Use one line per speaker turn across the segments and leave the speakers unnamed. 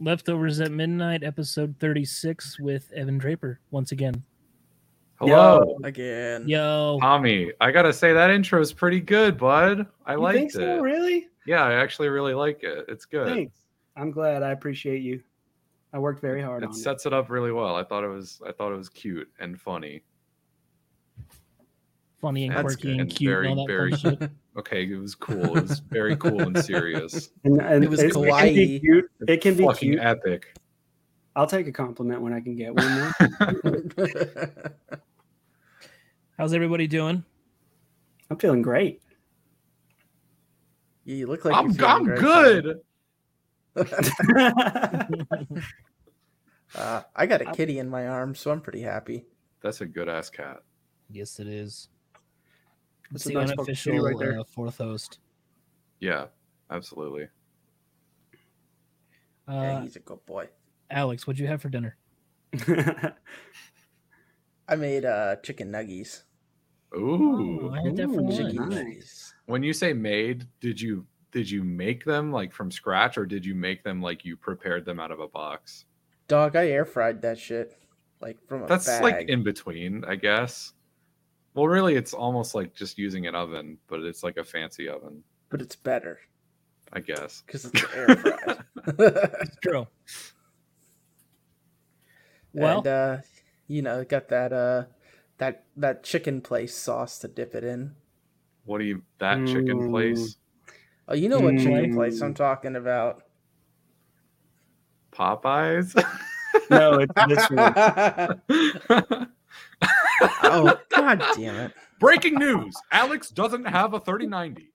Leftovers at Midnight, episode 36 with Evan Draper once again.
Hello, Mm.
again.
Yo,
Tommy. I gotta say that intro is pretty good, bud. I
you
liked
think so?
it.
Really?
Yeah, I actually really like it. It's good.
Thanks. I'm glad. I appreciate you. I worked very hard
It
on
sets it up really well. I thought it was. I thought it was cute and funny.
funny and
That's
quirky
good.
and cute
Very,
and all that
very
fun shit.
Okay, it was cool. It was very cool and serious.
it. And, and
It was
can be
kawaii.
cute. It can be
Fucking
cute.
epic.
I'll take a compliment when I can get one. More.
How's everybody doing?
I'm feeling great.
you look like
I'm,
you're
I'm
feeling great,
good.
Tommy. uh, I got a kitty in my arm, so I'm pretty happy.
That's a good ass cat.
yes, it is. It's
That's a
the
nice fucking
unofficial
video right there.
uh, fourth host.
Yeah, absolutely.
Yeah,
Uh,
he's a good boy.
Alex, what'd you have for dinner?
I made uh, chicken nuggies.
Ooh.
Oh, I had that for
Ooh,
lunch.
Chicken
nice.
nuggies.
when you say made, did you did you make them like from scratch, or did you make them like you prepared them out of a box?
Dog, I air fried that shit. Like from a
That's
bag.
like in between, I guess. Well, really, it's almost like just using an oven, but it's like a fancy oven,
but it's better
I guess.
because it's air fried.
True. Well,
and, uh, you know, got that uh, that that chicken place sauce to dip it in.
What do you that chicken
Mm.
place?
Oh, you know what chicken place
Mm.
I'm talking about?
Popeyes.
no, it's this one.
oh, god damn it!
Breaking news: Alex doesn't have a thirty ninety.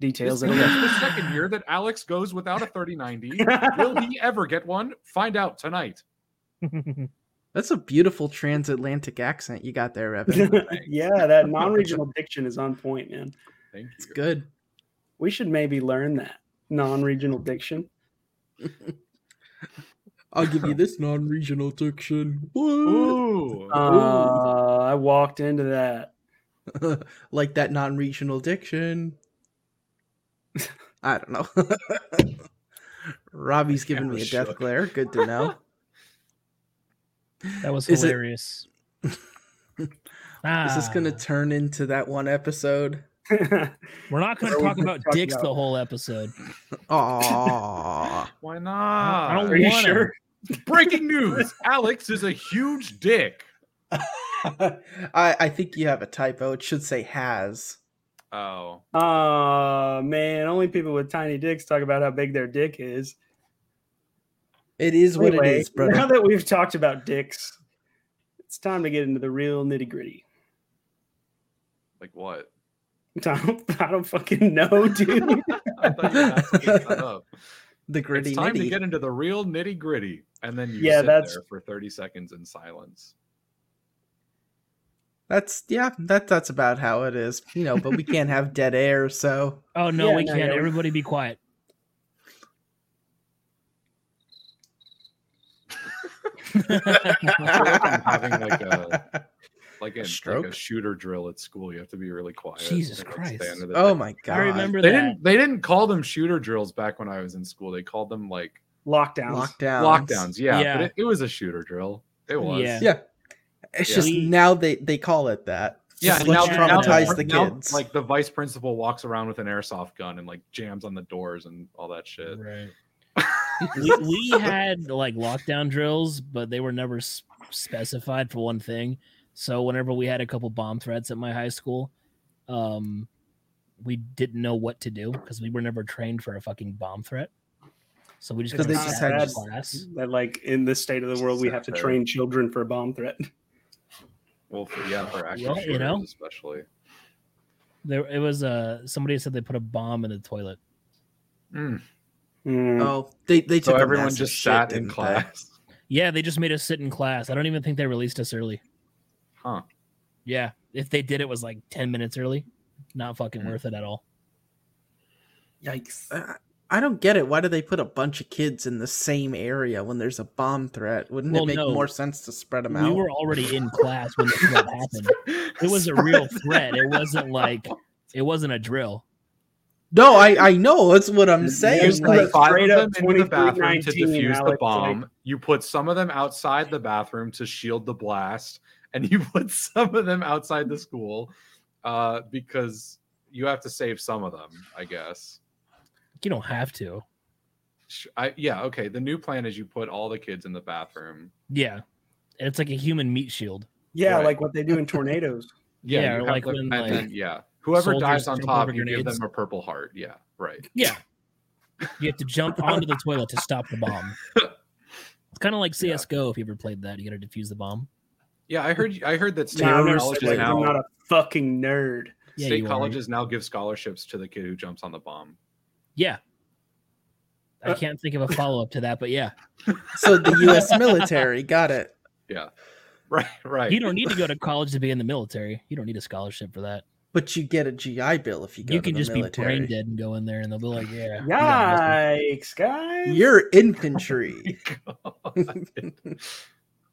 Details
This
at
is
eleven.
the second year that Alex goes without a 3090. Will he ever get one? Find out tonight.
That's a beautiful transatlantic accent you got there, Evan.
yeah, that non-regional diction is on point, man.
Thank
It's
you.
good.
We should maybe learn that non-regional diction.
I'll give you this non-regional diction. What?
Ooh.
Uh, I walked into that.
like that non-regional diction. I don't know. Robbie's giving me a
was
death
shook.
glare. Good to know.
that was
is it-
hilarious.
Is this going to
Ah,
turn into that one episode?
we're not going
Are
to
we
talk
gonna
about
talk
dicks
about-
the whole episode.
Aww.
Why
I
not?
don't
Are you
wanna.
sure?
Breaking news: Alex is a huge dick.
I, I think you have a typo. It should say has.
Oh,
Oh man, only people with tiny dicks talk about how big their dick is.
It is what
Anyway,
it is, brother.
Now that we've talked about dicks, it's time to get into the real nitty gritty.
like what?
I don't, I don't fucking know, dude.
I thought you were asking me to shut up.
the gritty
It's time to
nitty.
get into the real nitty gritty, and then you
Yeah,
sit
that's-
there for thirty seconds in silence.
That's yeah, that that's about how it is. You know, but we can't have dead air, so
Oh, no,
Yeah,
we
no,
can't.
yeah.
Everybody be quiet.
I feel like I'm having like a like a,
stroke?
like a shooter drill at school. You have to be really quiet.
Jesus
and, like,
Christ.
stay under the
Oh
thing.
my god.
I remember
They
that.
didn't. They didn't call them shooter drills back when I was in school. They called them like
Lockdowns.
lockdowns.
lockdowns. Yeah,
Yeah.
but it, it was a shooter drill. It was.
Yeah.
Yeah. It's
Yeah.
just
We-
now they they call it that. It's
Yeah,
just
and
let's
now- now-
traumatize
now-
the
now,
kids.
like the vice principal walks around with an airsoft gun and like jams on the doors and all that shit.
Right. we, we had like lockdown drills, but they were never s- specified for one thing. So whenever we had a couple bomb threats at my high school, um, we didn't know what to do because we were never trained for a fucking bomb threat. So we just
Because
kind
they
of
just
sat
had
in
just-
class.
That like in this state of the world, we have to train children for a bomb threat.
Well, for, yeah, for actual
Yeah, you
shooters
know?
especially.
There, it was uh somebody said they put a bomb in the toilet.
Mm.
Mm.
oh, they they
So
took a
everyone
massive
just
shit,
sat in
didn't they?
class.
Yeah, they just made us sit in class. I don't even think they released us early.
Huh.
Yeah, if they did, it was like ten minutes early. Not fucking
Mm.
worth it at all.
Yikes.
I, I don't get it. Why do they put a bunch of kids in the same area when there's a bomb threat? Wouldn't
Well,
it make
no.
more sense to spread them
We
out?
were already in class when the threat happened. It was a real threat. It wasn't like it wasn't a drill.
No, I I know that's what I'm saying.
There's
Like,
like-
five
straight
of
up
them into the bathroom to
2319,
defuse the
Alex,
bomb.
like-
you put some of them outside the bathroom to shield the blast, and you put some of them outside the school uh, because you have to save some of them, I guess.
You don't have to.
Sh- I, yeah, okay. The new plan is you put all the kids in the bathroom.
Yeah. And it's like a human meat shield.
Yeah,
Right.
like what they do in tornadoes.
Yeah,
you
or
have
like
the-
when,
and
like,
then, yeah, whoever
soldiers
dies on
jump
top,
over
you give
grenades.
them a purple heart. Yeah, right.
Yeah. You have to jump onto the toilet to stop the bomb. It's kind of like
Yeah.
CS:GO if you ever played that. You got to defuse the bomb.
Yeah, I heard. I heard that state
Nah, I'm, never
colleges
played.
now
I'm not a fucking nerd.
Yeah,
state
you are.
colleges now give scholarships to the kid who jumps on the bomb.
Yeah. I
Uh,
can't think of a follow up to that, but yeah,
so the U.S. military got it.
Right, right.
you don't need to go to college to be in the military. You don't need a scholarship for that.
But you get a GI Bill if you go.
You
to
can
the
just
military.
be brain dead and go in there, and they'll be like, "Yeah, we got this
Yikes, guys.
You're infantry.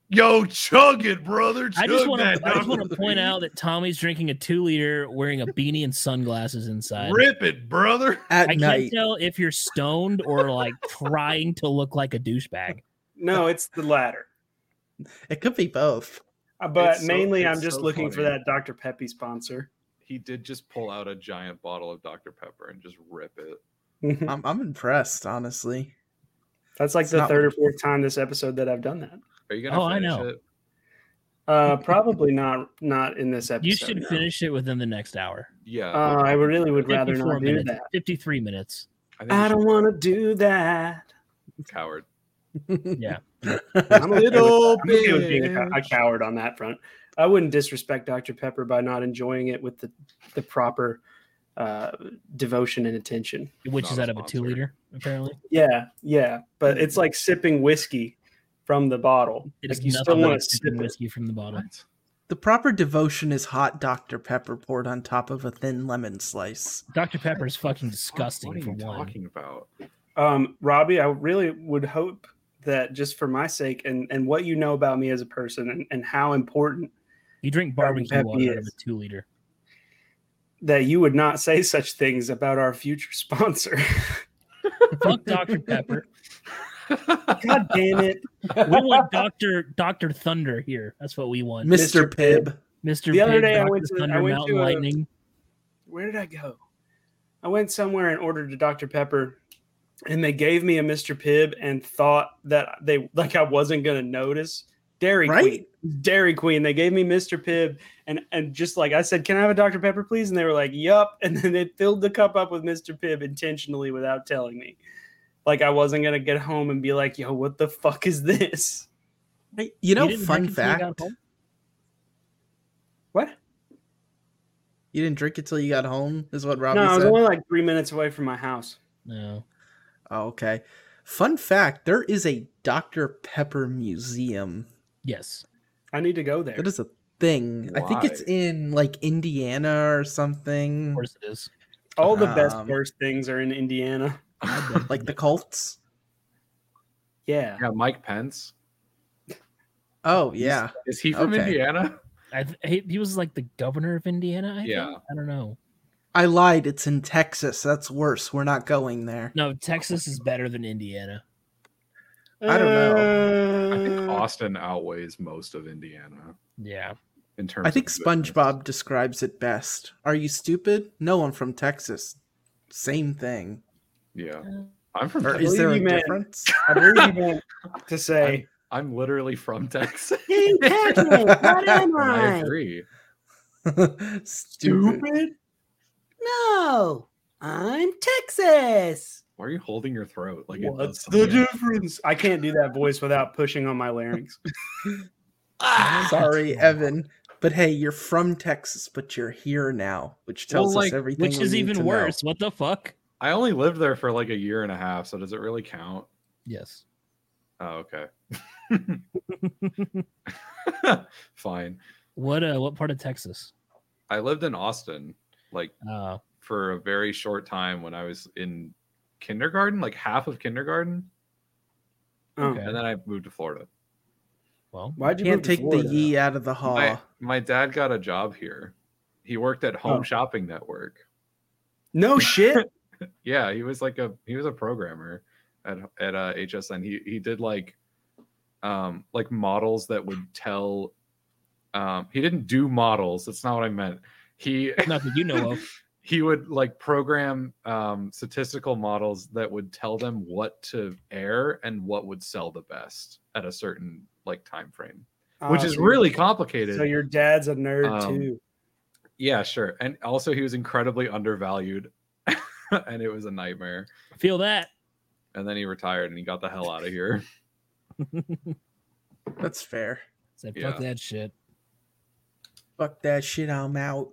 Yo, chug it, brother.
one." I just
chug
want
that
to. I just want
number
to point
three.
out that Tommy's drinking a two liter, wearing a beanie and sunglasses inside.
Rip it, brother.
At
I can't
night,
tell if you're stoned or like trying to look like a douchebag.
No, it's the latter.
it could be both.
Uh, But
It's so-
mainly,
it's
I'm just
so
looking for
funny.
that Dr. Peppy sponsor.
He did just pull out a giant bottle of Dr. Pepper and just rip it.
I'm I'm impressed, honestly.
That's like
It's
the
not-
third or fourth time this episode that I've done that.
Are you gonna
Oh, I
finish
know.
it?
Uh, probably not not in this episode.
You should
no.
finish it within the next hour.
Yeah.
Uh, I really would rather
54
not do
minutes,
that.
53 minutes.
I, think
I
you
don't want to do that.
should- coward.
Yeah.
I'm okay with that.
Little
I'm okay with being a, cow- a
bitch.
coward on that front. I wouldn't disrespect Dr. Pepper by not enjoying it with the, the proper uh, devotion and attention.
Which
not
is
a
out of a
sponsor.
two liter, apparently.
Yeah, yeah, but it's like sipping whiskey from the bottle.
It
like
is
you
nothing
still want
like
to
sipping
sip it.
whiskey from the bottle.
What?
The proper devotion is hot Dr. Pepper poured on top of a thin lemon slice.
Dr. Pepper is fucking
What are
disgusting
you
for one.
talking about?
Um, Robbie, I really would hope that just for my sake and and what you know about me as a person and, and how important
You drink
Dr.
barbecue
Peppy
water out of
is.
a two liter.
that you would not say such things about our future sponsor.
Fuck Dr. Pepper.
God damn it.
We want Dr. Dr. Thunder here. That's what we want.
Mr.
Mr.
Pibb.
Mr.
The other
Pig,
day I
Dr.
went to- I
Thunder,
went
Mountain
to a-
Lightning.
Where did I go? I went somewhere and ordered a Dr. Pepper and they gave me a Mr. Pibb and thought that they like I wasn't gonna notice. Dairy
Right?
Queen. Dairy Queen. They gave me Mr. Pibb and and just like I said, can I have a Dr. Pepper, please? And they were like, Yup. And then they filled the cup up with Mr. Pibb intentionally without telling me. Like I wasn't gonna get home and be like, yo, what the fuck is this?
Hey, You know,
didn't
fun
drink until you got
fact.
home?
What?
You didn't drink it till you got home, is what Robbie
No, I was
said.
only like three minutes away from my house.
No.
Oh, okay. Fun fact there is a Dr. Pepper museum.
Yes.
I need to go there.
That is a thing. I think it's
Why?
in like Indiana or something.
Of course it is.
All the best
Um,
worst things are in Indiana.
Like the cults.
Yeah.
yeah, Mike Pence.
Oh, yeah.
Is he from
Okay.
Indiana?
I th- he, he was like the governor of Indiana, I
Yeah.
think. I don't know.
I lied. It's in Texas. That's worse. We're not going there.
No, Texas is better than Indiana.
I don't
know.
I
Uh,
think
Uh,
Austin outweighs most of Indiana
Yeah.
in terms.
I think
of goodness.
SpongeBob describes it best. Are you stupid? No, I'm from Texas. Same thing.
Yeah, I'm from.
Or
Texas.
is there a
believe you, man.
difference?
I believe you meant to say,
I'm literally from Texas.
King Patrick, what am
And I
I?
agree.
stupid.
No, I'm Texas.
Why are you holding your throat? Like it
What's
does
the
something.
difference? I can't do that voice without pushing on my larynx. Ah,
Sorry, Evan. But hey, you're from Texas, but you're here now, which
Well,
tells
like,
us everything.
Which
we
is
need to
even
know.
worse. What the fuck?
I only lived there for like a year and a half, so does it really count?
Yes.
Oh, okay. Fine.
What uh what part of Texas?
I lived in Austin like
Uh
for a very short time when I was in kindergarten, like half of kindergarten,
Oh.
Okay.
and then I moved to Florida.
Well,
Why'd you
Can't
move to
take the
Florida?
ye out of the haw.
My, my dad got a job here. He worked at Home
Oh.
Shopping Network.
No Oh, shit.
Yeah, he was like a he was a programmer at at uh, HSN. He he did like um like models that would tell um he didn't do models. That's not what I meant. He
not that you know of.
he would like program um statistical models that would tell them what to air and what would sell the best at a certain like time frame, which
Ah,
is
so
really
your-
complicated.
So your dad's a nerd
Um,
too.
Yeah, sure. And also, he was incredibly undervalued, and it was a nightmare.
Feel that.
And then he retired, and he got the hell out of here.
That's fair.
Said
Yeah.
fuck that shit.
Fuck that shit. I'm out.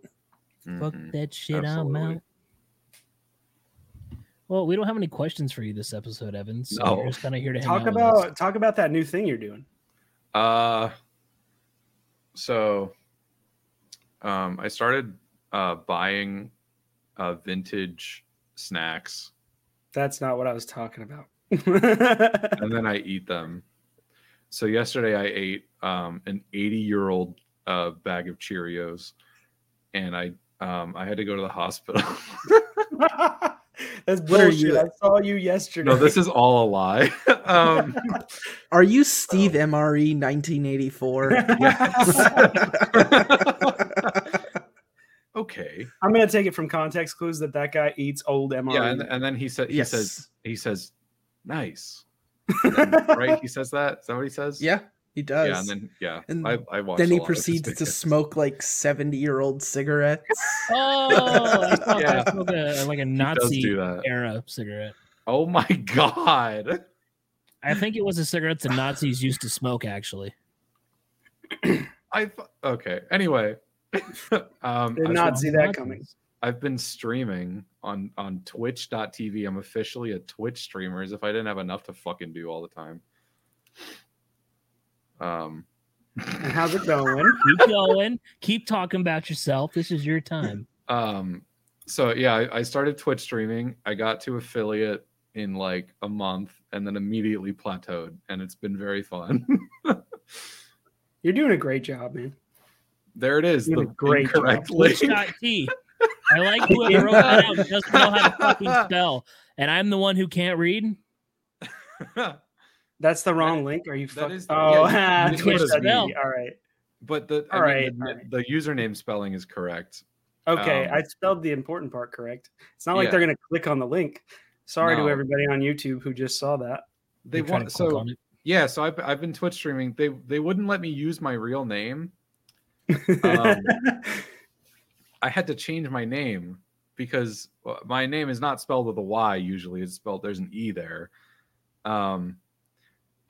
Fuck
Mhm.
that shit. I'm
absolutely.
out. Well, we don't have any questions for you this episode, Evans. So
No.
we're just kind of here to hang
Talk
out with us.
about talk about that new thing you're doing.
Uh, so, um, I started uh, buying uh, vintage snacks,
That's not what I was talking about.
and then I eat them. So yesterday, I ate um, an eighty-year-old uh, bag of Cheerios, and I um, I had to go to the hospital.
That's
What are you-
bullshit. I saw you yesterday.
no, this is all a lie. um,
Are you Steve
Oh.
E MRE 1984?
okay.
I'm gonna take it from context clues that that guy eats old MRE.
Yeah, and, um, and then he said he
Yes.
says he says nice, And then, right? He says that. Is that what he says?
yeah, he does.
Yeah, and then yeah,
And
I, I watched.
then
a
he
lot of this
proceeds to
video.
smoke like 70 year old cigarettes.
Oh, I thought
Yeah.
that was like a, like a
He does
Nazi
do that.
era cigarette.
Oh my god!
I think it was the cigarettes the Nazis used to smoke, actually.
I th- okay. Anyway, um,
Did
I've,
not
been-
see that coming.
I've been streaming on on Twitch.tv. I'm officially a Twitch streamer. As if I didn't have enough to fucking do all the time. Um.
And how's it going?
Keep going. Keep talking about yourself. This is your time.
um so yeah I, I started twitch streaming i got to affiliate in like a month and then immediately plateaued and it's been very fun
You're doing a great job, man.
there it is
You
the
did a great job.
incorrectly
Twitch dot T. I like whoever wrote that out doesn't know how to fucking spell. And I'm the one who can't read.
That's the wrong link. Are you
that
fuck-
is the-
Oh,
yeah,
you- you
Twitch
just
dot
put it as
me. all right.
but the I
All
mean,
right,
the,
all right.
the username spelling is correct
Okay,
Um,
I spelled the important part correct. It's not like
yeah.
they're gonna click on the link. Sorry
No.
to everybody on YouTube who just saw that.
they
You're trying
want
to click
so
on it.
yeah so I've, I've been twitch streaming they they wouldn't let me use my real name Um, I had to change my name because uh, my name is not spelled with a Y usually. It's spelled there's an E there. Um,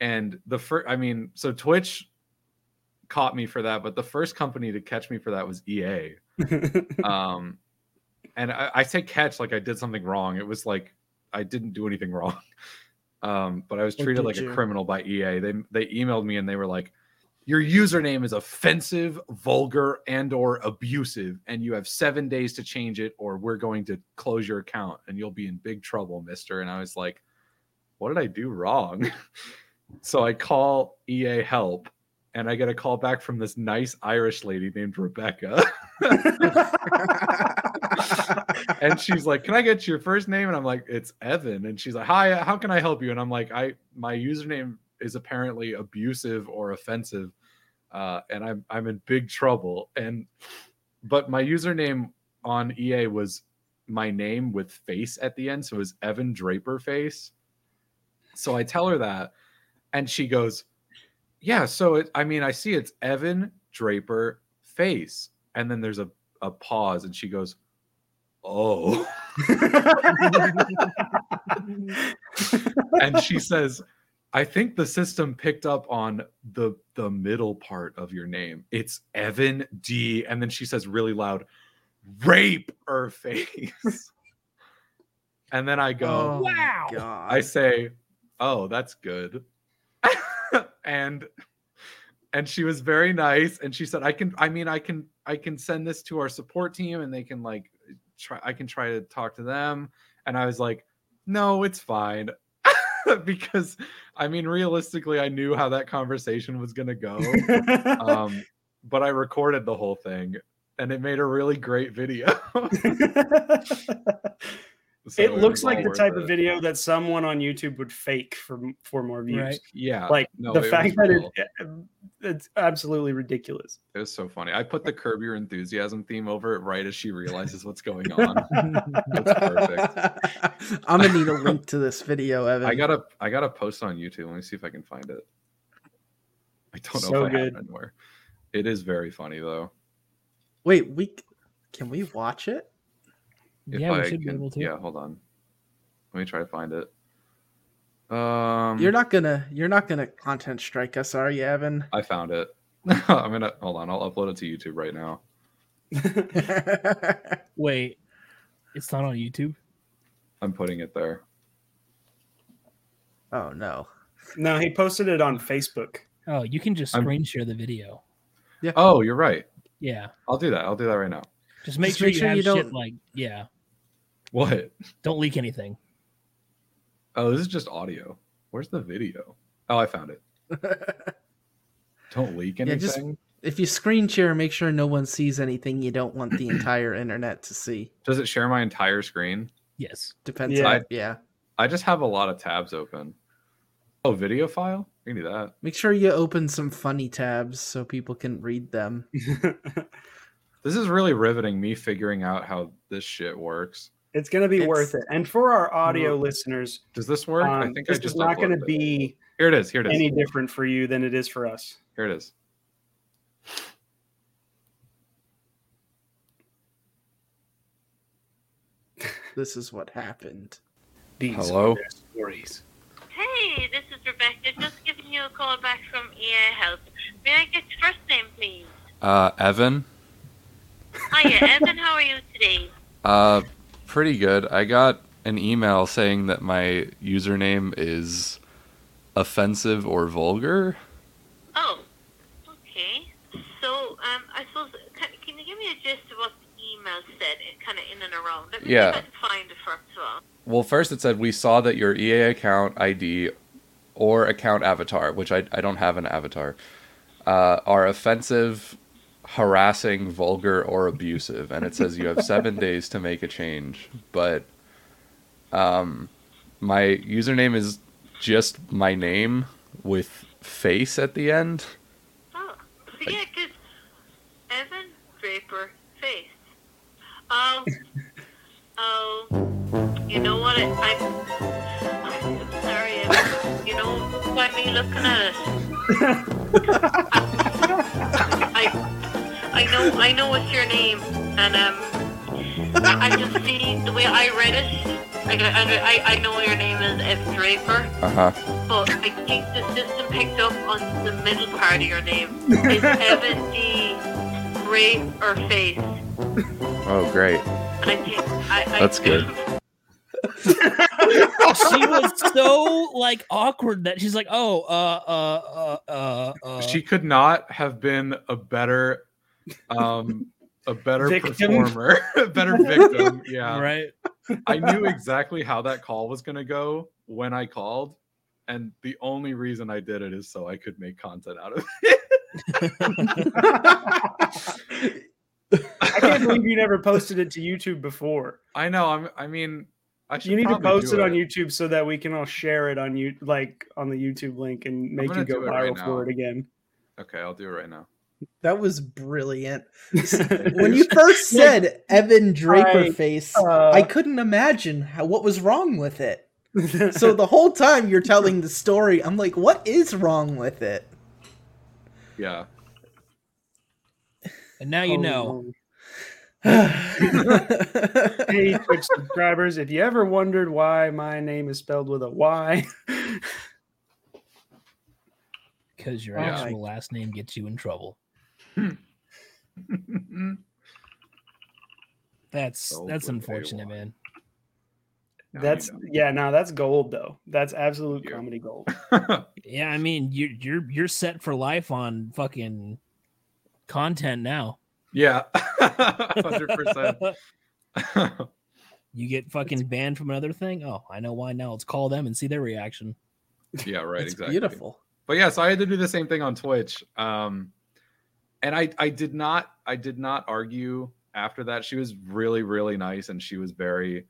and the first, I mean, so Twitch caught me for that, but the first company to catch me for that was E EA. Um, and I, I say catch like I did something wrong. It was like I didn't do anything wrong. Um, but I was
Or
treated
did
like
you?
a criminal by EA. They they emailed me and they were like, your username is offensive, vulgar, and or abusive, and you have seven days to change it, or we're going to close your account and you'll be in big trouble, mister. And I was like, what did I do wrong? so I call EA help and I get a call back from this nice Irish lady named Rebecca. and she's like, Can I get your first name? And I'm like, It's Evan. And she's like, Hi, uh, how can I help you? And I'm like, I my username is apparently abusive or offensive. Uh, and I'm I'm in big trouble. And but my username on EA was my name with face at the end, so it was Evan Draper face. So I tell her that, and she goes, "Yeah." So it, I mean, I see it's Evan Draper face, and then there's a a pause, and she goes, "Oh," and she says. I think the system picked up on the the middle part of your name. It's Evan D, and then she says really loud, "Rape her face," and then I go,
oh,
Wow.
wow. God.
I say, "Oh, that's good," and and she was very nice, and she said, "I can, I mean, I can, I can send this to our support team, and they can like try I can try to talk to them. And I was like, no, it's fine. because I mean, realistically, I knew how that conversation was gonna go. um, but I recorded the whole thing and it made a really great video. So
it looks
was
like
all
the
worth
type
it.
of video that someone on YouTube would fake for for more views.
Right.
Yeah.
Like
no,
the
it
fact
was
that
real.
it, it's absolutely ridiculous.
It was so funny. I put the curb your enthusiasm theme over it right as she realizes what's going on. perfect.
I'm gonna need a link to this video, Evan.
I gotta I gotta post it on YouTube. Let me see if I can find it. I don't know if I
So
have
good.
it anywhere. It is very funny though.
Wait, we c- can we watch it?
If
yeah,
I
we should be
can-
able to.
Yeah, hold on. Let me try to find it. Um
You're not gonna you're not gonna content strike us, are you, Evan?
I found it. I'm gonna hold on, I'll upload it to YouTube right now.
Wait, it's not on YouTube.
I'm putting it there.
oh no.
No, he posted it on Facebook.
Oh, you can just
I'm-
screen share the video.
Oh, you're right.
Yeah,
I'll do that. I'll do that right now.
just make
Just
sure
make
you
sure
have
you
shit
don't-
like yeah.
What?
Don't leak anything.
Oh, this is just audio. Where's the video? Oh, I found it. Don't leak
Yeah,
anything.
just- if you screen share, make sure no one sees anything you don't want the entire internet to see.
Does it share my entire screen?
Yes.
Depends
Yeah.
on yeah.
I just have a lot of tabs open. Oh, video file? We can do that.
Make sure you open some funny tabs so people can read them.
This is really riveting me figuring out how this shit works.
it's gonna be
It's-
worth it. And for our audio
Mm.
listeners,
Does this work? I
um,
think
this
I just
is not gonna
uploaded it.
be
Here it is. Here it is.
any different for you than it is for us.
Here it is.
This is what happened.
These
Hello?
are their stories.
Hey, this is Rebecca. Just giving you a call back from EA Health. May I get your first name, please?
Uh, Evan,
Hiya, Evan. How are you today?
uh, pretty good. I got an email saying that my username is offensive or vulgar.
Oh, okay. So, um, I suppose can, can you give me a gist of what the email said, kind of in and around? Let me
Yeah.
see if I can find it first of all.
Well, first it said we saw that your EA account ID or account avatar, which I, I don't have an avatar, uh, are offensive, harassing, vulgar, or abusive. And it says you have seven days to make a change. But um, my username is just my name with face at the end.
Oh, so yeah, 'cause Evan Draper face. Oh, oh, you know what? I, I, I'm sorry, Evan. You know why me looking at it? I, I know, I know it's your name, and um, I just see the way I read it. I, I, I- I know your name is F Draper.
Uh huh.
But I think the system picked up on the middle part of your name. It's Evan D. Ray or Face. And
Oh, great.
I think I, I
That's good.
she was so like awkward that she's like, "Oh, uh, uh, uh, uh, uh."
she could not have been a better um a better
Victim.
performer, a better victim. Yeah.
right.
I knew exactly how that call was going to go when I called. And the only reason I did it is so I could make content out of it.
I can't believe you never posted it to YouTube before.
I know. I'm, I mean, I should
You need to
probably
post
do
it on YouTube so that we can all share it on you like on the YouTube link and make
gonna
you go
do it
viral
right now.
for it again.
Okay, I'll do it right now.
That was brilliant. When you first said Evan Draper
I,
face,
uh,
I couldn't imagine how, what was wrong with it. So the whole time you're telling the story, I'm like, what is wrong with it?
Yeah.
And now
Oh,
you
Oh.
know.
hey Twitch subscribers, if you ever wondered why my name is spelled with a Y,
because your
Oh my-
actual last name gets you in trouble. That's
Oh,
Spelled
that's
with a
unfortunate,
Y.
man.
Now you
that's yeah, no, that's gold though. That's absolute
Yeah.
comedy gold.
know.
Yeah, I mean you're you're you're set for life on fucking content now.
yeah. 100%.
You get fucking banned from another thing. Oh, I know why now. Let's call them and see their reaction.
yeah, right.
it's
exactly.
beautiful.
but yeah, so I had to do the same thing on Twitch. Um, and I I did not I did not argue after that. She was really really nice and she was very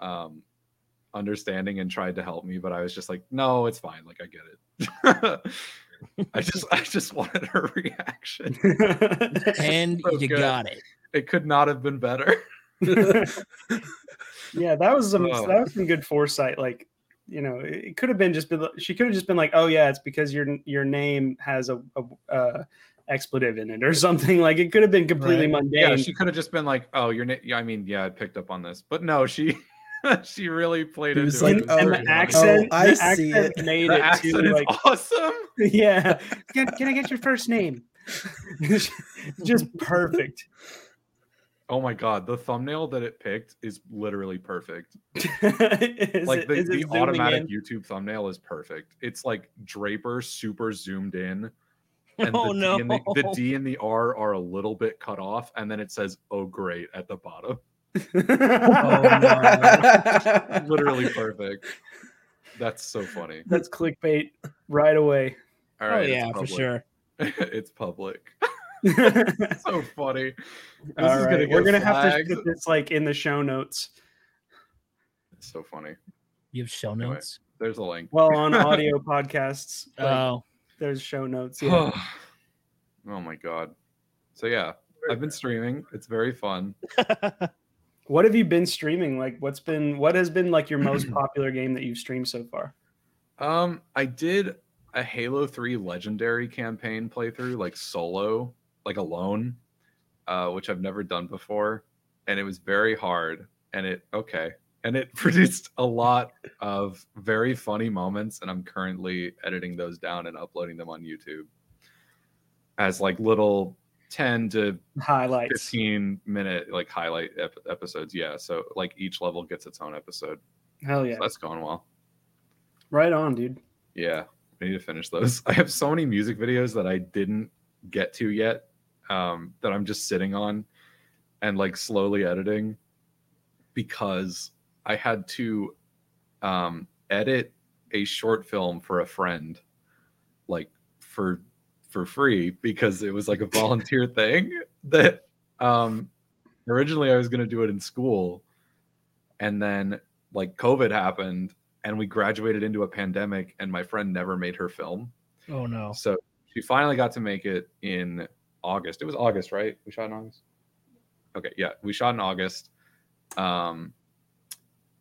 um, understanding and tried to help me. But I was just like, no, it's fine. Like I get it. I just I just wanted her reaction.
And
So
you
good.
got it.
It could not have been better.
yeah, that was some
Oh.
that was some good foresight. Like, you know, it it could have been just been she could have just been like, oh yeah, it's because your your name has a, a, uh expletive in it or something. Like it could have been completely mundane.
Yeah, she could have just been like, oh, you're. Na- yeah, I mean, yeah, I picked up on this, but no, she she really played into
It was
it.
and,
like,
It was
oh,
and
very
the
nice.
accent,
I
the
see
accent
it.
made
The
it
accent
too
is
like
awesome.
yeah. Can, can I get your first name? Just perfect.
Oh my god, the thumbnail that it picked is literally perfect.
Is
like
it-
the,
is it
the
zooming
automatic
in?
YouTube thumbnail is perfect. It's like Draper super zoomed in. And
Oh,
the
no.
D and the, the D and the R are a little bit cut off, and then it says "Oh great" at the bottom.
Oh,
Literally perfect. That's so funny.
That's clickbait right away.
All right,
oh
it's
yeah, for
public.
sure.
it's public.
All
so funny. This is gonna
right,
get
we're gonna have
flagged.
to put this like in the show notes.
It's so funny.
You have show
Anyway,
notes.
There's a link.
Well, on audio podcasts, like,
Oh,
there's show notes. Yeah.
oh my god. So yeah, I've been streaming. It's very fun.
what have you been streaming? Like, what's been what has been like your most popular game that you've streamed so far?
Um, I did a Halo 3 legendary campaign playthrough, like solo, like alone, uh, which I've never done before. And it was very hard. And it okay. And it produced a lot of very funny moments, and I'm currently editing those down and uploading them on YouTube as like little 10 to
Highlights.
15 minute like highlight ep- episodes. Yeah. So like each level gets its own episode.
Hell yeah!
So that's going well.
Right on, dude.
Yeah, I need to finish those. I have so many music videos that I didn't get to yet um, that I'm just sitting on and like slowly editing because I had to um, edit a short film for a friend, like for for free because it was like a volunteer thing that um, originally I was going to do it in school, and then like COVID happened and we graduated into a pandemic and my friend never made her film
oh no.
so she finally got to make it in august it was august right we shot in august okay yeah we shot in august um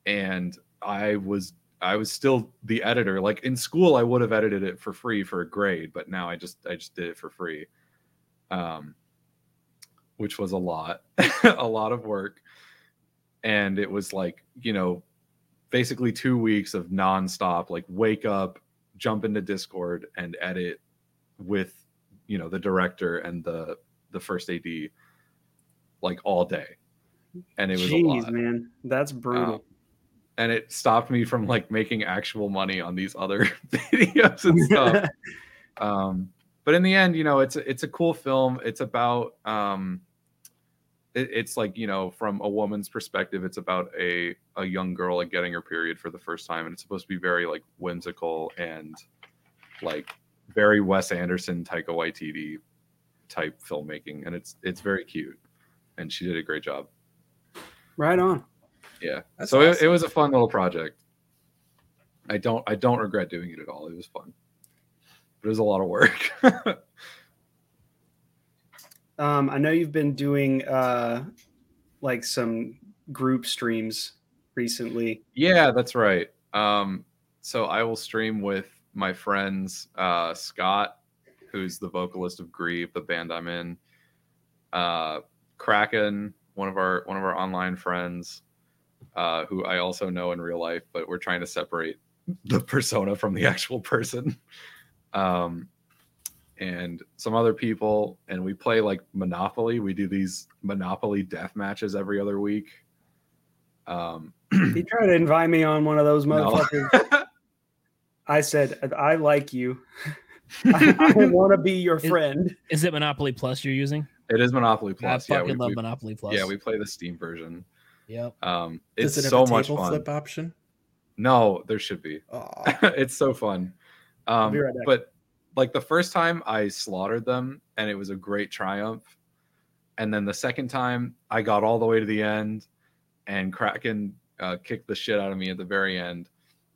and i was i was still the editor like in school i would have edited it for free for a grade but now i just i just did it for free um which was a lot a lot of work and it was like you know basically two weeks of nonstop like wake up jump into discord and edit with you know the director and the the first ad like all day and it was a lot
Jeez, man, that's brutal.
um, and it stopped me from like making actual money on these other videos and stuff. um, but in the end, you know, it's a, it's a cool film. It's about um, it, it's like you know, from a woman's perspective, it's about a a young girl like getting her period for the first time, and it's supposed to be very like whimsical and like very Wes Anderson, Taika Waititi type filmmaking, and it's it's very cute, and she did a great job.
right on.
Yeah.
That's
so it, it
awesome.
was a fun little project. I don't I don't regret doing it at all. It was fun. But it was a lot of work.
Um, I know you've been doing uh, like some group streams recently.
yeah, that's right. Um so I will stream with my friends uh Scott, who's the vocalist of Grieve, the band I'm in. Uh Kraken, one of our one of our online friends, uh, who I also know in real life, but we're trying to separate the persona from the actual person. Um, and some other people, and we play like Monopoly. We do these Monopoly death matches every other week. Um,
You tried to invite me on one of those
No.
motherfuckers. I said, I like you. I, want to be your friend.
Is it Monopoly Plus you're using?
it is Monopoly Plus.
I
yeah,
fucking
we,
love
we-
Monopoly Plus.
yeah, we play the Steam version.
Yep.
Um, it's
Does it have
so
a
much
table
fun.
flip option?
No, there should be.
Aw.
it's so fun. Um,
be right back.
But like the first time I slaughtered them and it was a great triumph. And then the second time I got all the way to the end and Kraken uh, kicked the shit out of me at the very end.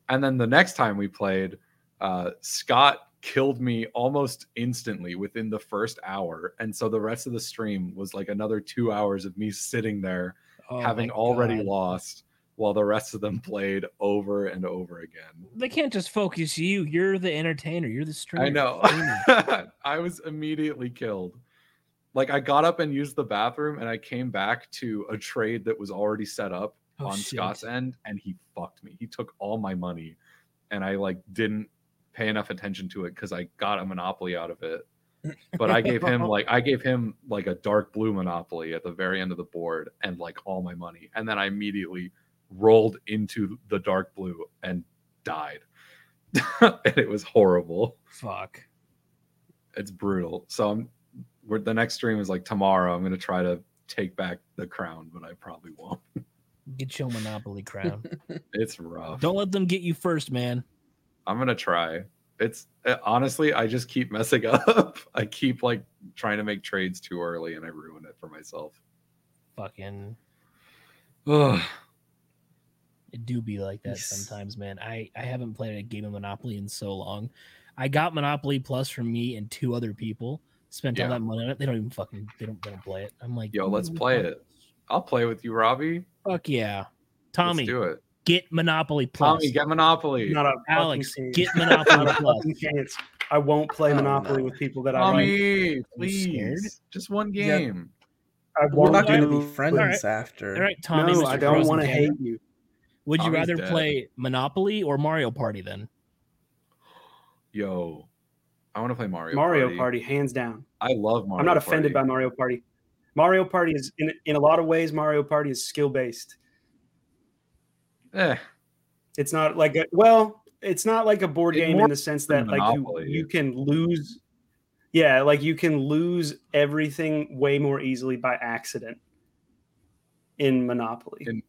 And then the next time we played, uh, Scott killed me almost instantly within the first hour. And so the rest of the stream was like another two hours of me sitting there
Oh
having
my
already
God.
lost while the rest of them played over and over again.
They can't just focus you. You're the entertainer. You're the streamer.
I know.
Streamer.
I was immediately killed. Like I got up and used the bathroom and I came back to a trade that was already set up
Oh,
on
shit.
Scott's end and he fucked me. He took all my money and I like didn't pay enough attention to it cuz I got a monopoly out of it. But I gave him like I gave him like a dark blue monopoly at the very end of the board and like all my money and then I immediately rolled into the dark blue and died. and it was horrible
Fuck.
it's brutal. So I'm we're, the next stream is like tomorrow. I'm gonna try to take back the crown, but I probably won't.
Get your monopoly crown.
It's rough.
Don't let them get you first, man.
I'm gonna try. It's uh, honestly, I just keep messing up. I keep like trying to make trades too early, and I ruin it for myself.
Fucking
Ugh.
it do be like that
Yes.
sometimes, man. I I haven't played a game of Monopoly in so long. I got Monopoly Plus from me and two other people. Spent all
Yeah.
that money on it. They don't even fucking they don't they don't play it. I'm like,
Yo, let's
"Mm,
play
fuck-
it. I'll play with you, Robbie.
Fuck yeah,
let's
Tommy,
do it.
get Monopoly Plus.
Tommy, get Monopoly.
Not a fucking
Alex,
chance.
get Monopoly
Not a
Plus.
fucking chance. I won't play
Oh,
Monopoly
no.
with people that I like.
Tommy,
scared?
please, just one
Yeah.
game.
I
We're
won't
not going to
do-
be friends
All right.
after.
All right, Tommy.
No,
Mr.
I don't
Frozen
want to
Cat,
hate you.
Would you
Tommy's
rather
dead.
play Monopoly or Mario Party then?
Yo, I want to play Mario.
Mario Party. hands down.
I love Mario.
I'm not offended
Party.
by Mario Party. Mario Party is in in a lot of ways. Mario Party is skill based.
Eh,
It's not like a, well, it's not like a board
It
game
more
in the sense
than
that like you,
Monopoly.
you can lose. Yeah, like you can lose everything way more easily by accident in Monopoly.
In-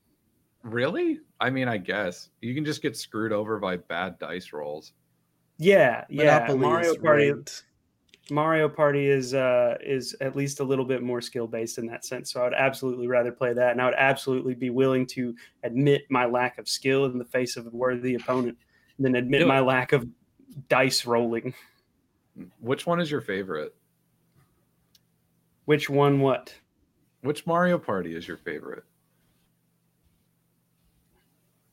Really? I mean, I guess you can just get screwed over by bad dice rolls.
yeah, yeah.
Monopoly
Mario
is
Party.
rigged.
Mario Party is uh is at least a little bit more skill based in that sense. So I would absolutely rather play that, and I would absolutely be willing to admit my lack of skill in the face of a worthy opponent, than admit
Do it.
my lack of dice rolling.
Which one is your favorite?
Which one? What?
Which Mario Party is your favorite?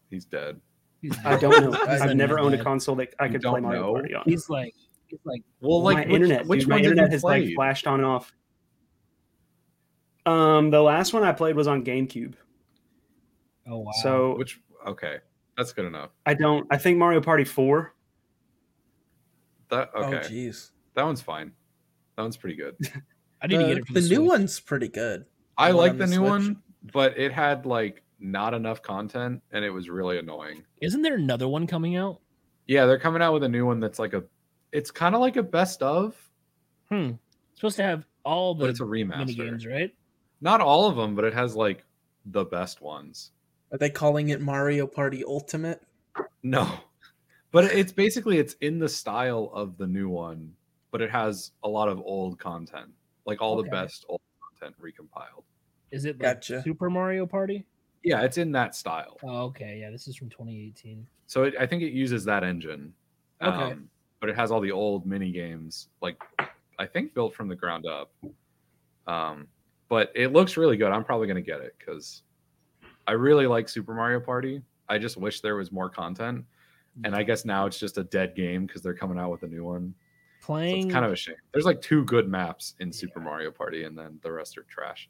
He's dead.
He's
I don't know.
He's
I've
like,
never owned a
"Man."
console that I
You
could
don't
play Mario
know?
Party on.
He's like, he's like,
Well,
my
like which,
internet,
which
dude,
one
my
did
internet
you
has
play?
like flashed on and off. Um, the last one I played was on GameCube,
oh wow.
so
Which? Okay, that's good enough.
I don't. I think Mario Party Four.
That
Oh,
okay.
jeez.
that one's fine. That one's pretty good.
I need to get
uh,
The,
it. For
the new
Switch.
one's pretty good.
I
The one
like
on
the
the
new
Switch.
one, but it had like not enough content, and it was really annoying.
Isn't there another one coming out?
Yeah, they're coming out with a new one that's like a. It's kind of like a best of,
Hmm. It's supposed to have all
but it's a
the mini
remaster.
games, right?
Not all of them, but it has like the best ones.
Are they calling it Mario Party Ultimate?
No. But it's basically it's in the style of the new one, but it has a lot of old content. Like all
Okay.
the best old content recompiled.
Is it like
Gotcha.
Super Mario Party?
Yeah, it's in that style.
Oh, okay. Yeah, this is from 2018.
So it, I think it uses that engine. um,
Okay.
but it has all the old mini games, like I think built from the ground up. Um, but it looks really good. I'm probably gonna get it because I really like Super Mario Party. I just wish there was more content. And I guess now it's just a dead game because they're coming out with a new one. So
playing
it's kind of a shame. There's like two good maps in Super Mario Party, and then the rest are trash.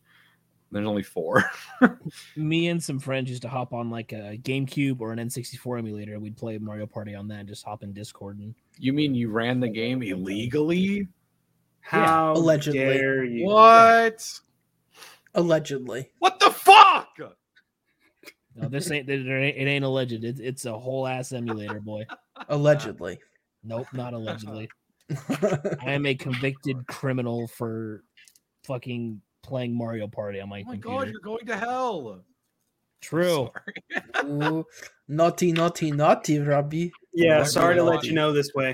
There's only four.
me and some friends used to hop on like a GameCube or an N64 emulator. We'd play Mario Party on that and just hop in Discord and
you mean you ran the game illegally?
How
allegedly.
dare you?
What?
Allegedly.
What the fuck? Oh
no, this ain't it ain't it ain't alleged. It's it's a whole ass emulator, boy.
Allegedly.
Nope, not allegedly. I am a convicted criminal for fucking playing Mario Party on my,
Oh my
computer.
god, you're going to hell.
True.
Sorry.
Ooh, naughty, naughty, naughty, Robbie.
Yeah,
Lucky
sorry to let
one.
you know this way.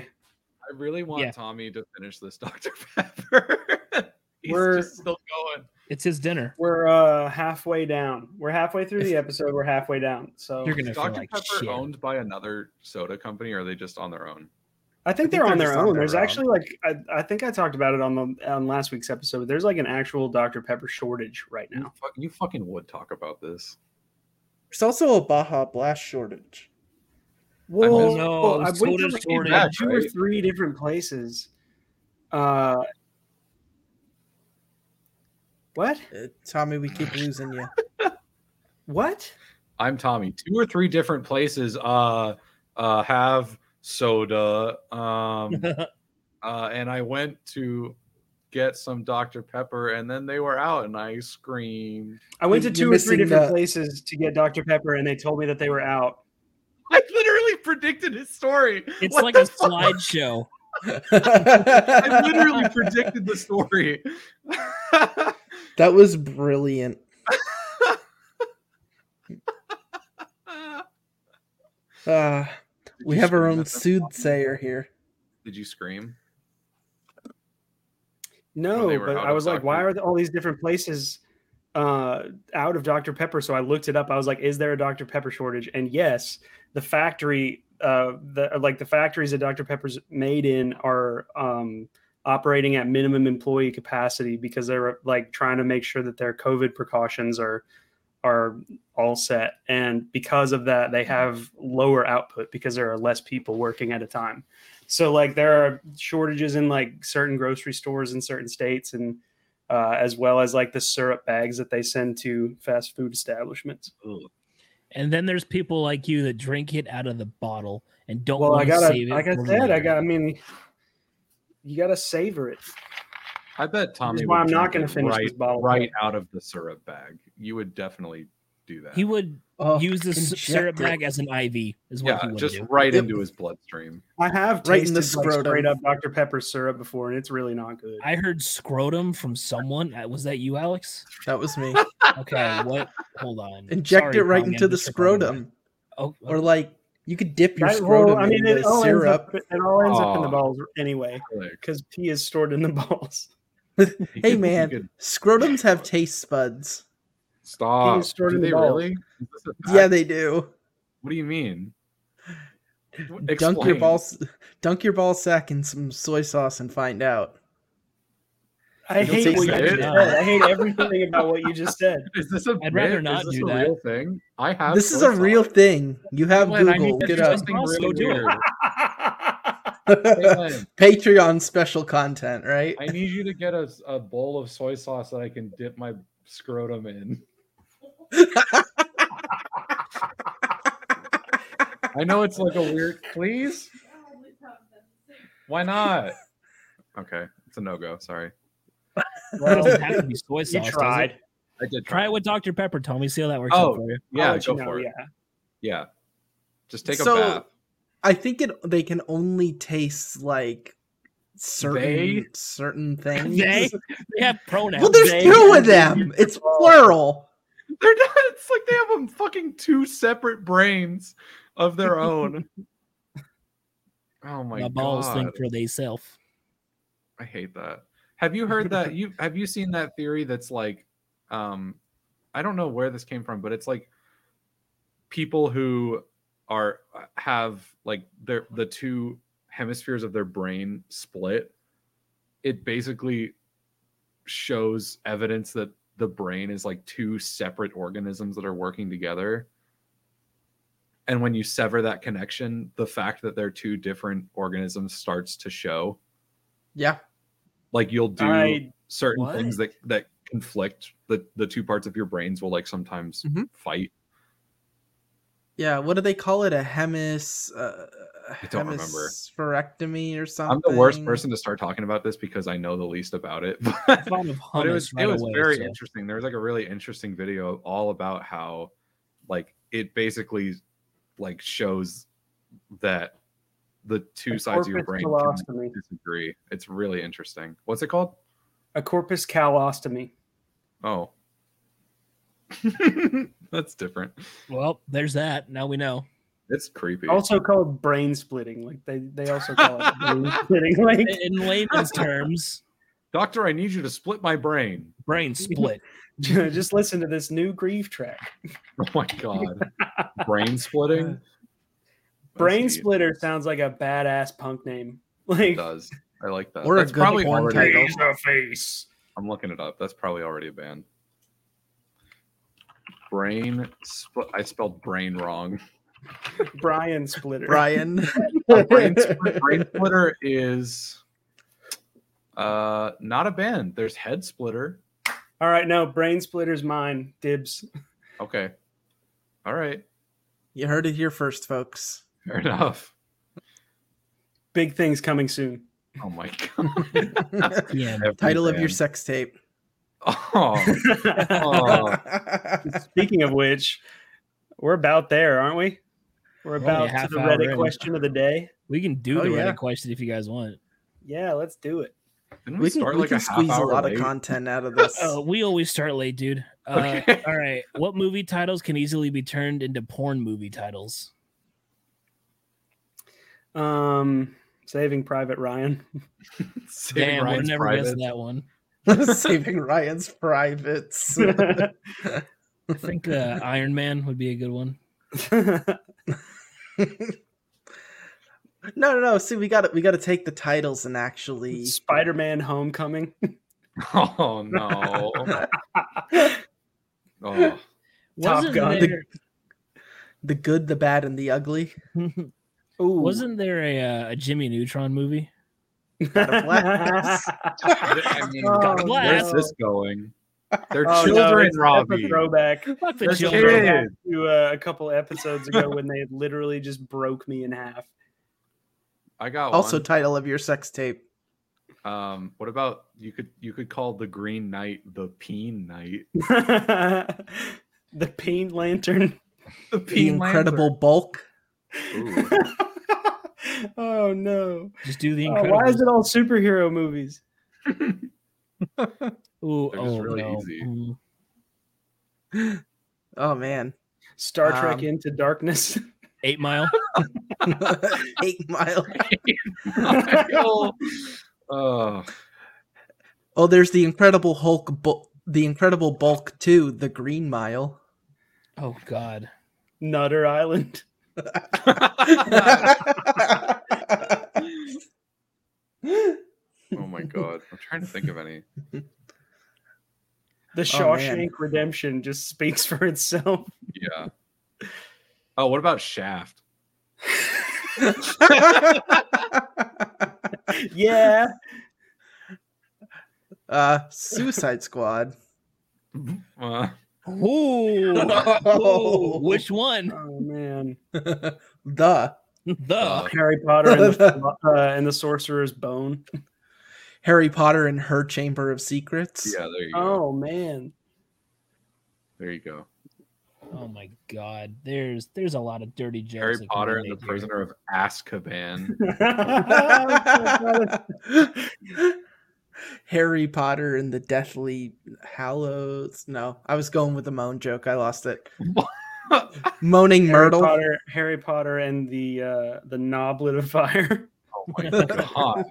I really want
Yeah.
Tommy to finish this Dr. Pepper. He's
We're-
just still going.
It's his dinner.
We're uh halfway down. We're halfway through the episode. We're halfway down. So
You're gonna
Is
feel
Dr.
like
Pepper
shit.
owned by another soda company or are they just on their own?
I think
I think
they're on
they're
their
just on
own.
their
There's
own.
actually like I, I think I talked about it on the on last week's episode. But there's like an actual Dr Pepper shortage right
You,
now.
fuck, you fucking would talk about this.
There's also a Baja Blast shortage.
Well,
no,
I went
soda
to
shortage.
back.
two or
right?
three different places. Uh, what?
Uh, Tommy, we keep losing you.
What?
I'm Tommy. Two or three different places uh uh have soda. Um uh, and I went to get some Dr. Pepper, and then they were out, and I screamed.
I went to
You're
two or three
missing
different
the-
places to get Dr Pepper, and they told me that they were out.
I literally predicted his story.
It's
What
like
the
a
fuck?
slideshow.
I literally predicted the story.
that was brilliant. Uh, we have our own soothsayer here.
Did you scream?
No,
they were
but
out
I
of
was like, why
Dr.
are the- all these different places uh, out of Dr. Pepper? So I looked it up. I was like, is there a Dr. Pepper shortage? And yes, the factory, uh, the like the factories that Dr. Pepper's made in are um, operating at minimum employee capacity because they're like trying to make sure that their COVID precautions are are all set. And because of that, they have lower output because there are less people working at a time. So like there are shortages in like certain grocery stores in certain states and uh, as well as like the syrup bags that they send to fast food establishments.
And then there's people like you that drink it out of the bottle and don't
Well, I
want to
gotta
save it.
like I
for
said, I
later.
got I mean you gotta savor it.
I bet Tommy.
why
would
I'm
drink
not gonna
it
finish
right,
this bottle.
right out of the syrup bag. You would definitely do that.
He would
Oh,
use the s- syrup
inject it.
bag as an IV, is what
yeah,
he would
just
do.
right
Yep.
into his bloodstream.
I have
Right in
tasted
the
like,
scrotum.
straight up Dr. Pepper syrup before and it's really not good.
I heard scrotum from someone. Uh, Was that you, Alex?
That was me.
Okay, what? Hold on.
Inject
Sorry,
it right
Tommy,
into
I'm
the
just recording
scrotum,
that. Oh,
or like you could dip your
That-
scrotum
well, I mean,
in
it
the
all, ends
syrup.
up, it all ends up in the
Aw.
balls anyway, because pee is stored in the balls.
He
Hey
could- he
man,
could-
scrotums have taste buds.
stop.
stored
Do
in the
they
balls.
really? Is this a
Yeah,
fact?
they do.
What do you mean?
Dunk your
Explain.
balls, dunk your ball sack in some soy sauce and find out.
I
You'll
hate
take
what you
that.
just said. I hate everything about what you just said.
Is this a?
I'd rather
myth?
not
Is this
do
a
that.
real thing. I have.
this is
soy
a real
sauce.
thing. You have
Glenn, I need
Google.
to
Get
do
up.
something
Also
really
do it.
weird. Glenn,
Patreon special content, right?
I need you to get us a bowl of soy sauce that I can dip my scrotum in. I know it's like a weird. Please, why not? Okay, it's a no go. Sorry,
it doesn't have to be soy sauce.
you
does it?
tried.
I did
Try it with Dr. Pepper, Tommy. See how that works out
Oh,
for you.
I'll
Yeah,
let you
go
know,
for it.
Yeah.
Yeah. just take a
So,
bath.
I think it. They can only taste like certain
They?
certain things.
They, they have pronouns.
Well, there's
They-
two of them. It's plural.
They're not. It's like they have a fucking two separate brains of their own. oh my
My balls
god!
think for theyself.
I hate that. Have you heard that? You have you seen that theory that's like, um, I don't know where this came from, but it's like people who are have like their the two hemispheres of their brain split. It basically shows evidence that the brain is like two separate organisms that are working together. And when you sever that connection, the fact that they're two different organisms starts to show
Yeah.
like you'll do
I-
certain
What?
things that that conflict the the two parts of your brains will like sometimes
Mm-hmm.
Mhm.
fight
Yeah, what do they call it? A hemis, uh,
I don't remember.
hemispherectomy or something.
i'm the worst person to start talking about this because i know the least about it but,
Thought of
but it
hummus
was
right
it was
away,
very
so-
interesting there was like a really interesting video all about how like it basically like shows that the two sides of your
corpus
brain
callostomy.
can disagree it's really interesting what's it called
A corpus callostomy.
oh That's different.
Well, there's that. Now we know.
It's creepy.
Also called brain splitting. Like they, they also call it brain splitting. Like
In layman's terms,
Doctor, I need you to split my brain.
brain split.
just listen to this new grief track.
Oh my god. brain splitting?
Uh,
Brain
That's neat.
splitter sounds like a badass punk name.
It
Like
does. I like that.
Or a
That's
good
probably
porn
already
title.
face.
I'm looking it up. That's probably already a band. Brain split I spelled brain wrong.
Brian splitter.
Brian.
Brain, split, brain splitter is uh not a band. There's head splitter.
All right, no, brain splitter's mine. Dibs.
Okay. All right.
You heard it here first, folks.
Fair enough.
Big things coming soon.
Oh my god.
Yeah.
Every
Title of your
band.
sex tape.
Oh, oh.
Speaking of which, we're about there, aren't we? We're
Only
about to
half
the
hour
Reddit
in.
question of the day.
We can do
Oh,
the
yeah.
Reddit question if you guys want.
Yeah, let's do it.
Didn't
we can, we can squeeze a lot of content out of this.
Uh, we always start late, dude. Uh,
Okay.
All right. What movie titles can easily be turned into porn movie titles?
Um, Saving Private Ryan.
Saving
Damn,
Ryan's
would never guessed
Private.
that one.
Saving Ryan's privates.
I think uh, Iron Man would be a good one.
No, no, no. See, we got to we got to take the titles and actually.
Spider-Man: Homecoming.
Oh no. oh,
Top
Wasn't
Gun.
there,
the good, the bad, and the ugly.
Ooh.
wasn't there a, uh, a Jimmy Neutron movie?
Got a blast.
I mean,
Oh,
where's
no.
this going? They're
Oh, no,
children,
it's- that's
Robbie.
a throwback.
Fuck the
There's
That's a
children.
kids.
throwback to uh, a couple episodes ago when they literally just broke me in half.
I got
also,
one.
title of your sex tape.
um, what about you? Could you could call the Green Knight the Peen Knight?
the Pain Lantern.
The
The incredible bulk.
oh no!
Just do the
Oh, why
Incredibles.
is it all superhero movies?
Ooh,
They're just
oh,
really
no.
easy.
Mm.
Oh man,
Star Trek
Um,
Into Darkness.
Eight Mile.
eight mile.
oh,
Oh, there's the Incredible Hulk. Bu- the Incredible Bulk two. The Green Mile.
Oh God.
Nutter Island.
oh my god! I'm trying to think of any.
The
Oh, man.
Shawshank Redemption just speaks for itself.
Yeah. Oh, what about Shaft?
yeah.
uh, Suicide Squad.
Uh,
Ooh. Ooh, Which one?
Oh man.
the
The
Uh,
Harry Potter and the, uh, and the Sorcerer's Bone.
Harry Potter and her Chamber of Secrets.
yeah, there you go.
Oh man.
There you go.
Oh my God. There's there's a lot of dirty jokes.
Harry
that can be
Potter and
made
the
here.
Prisoner of Azkaban.
Oh
Harry Potter and the Deathly Hallows. No, I was going with the moan joke. I lost it. Moaning
Harry
Myrtle.
Potter, Harry Potter and the uh, the Knoblet of Fire.
oh my god.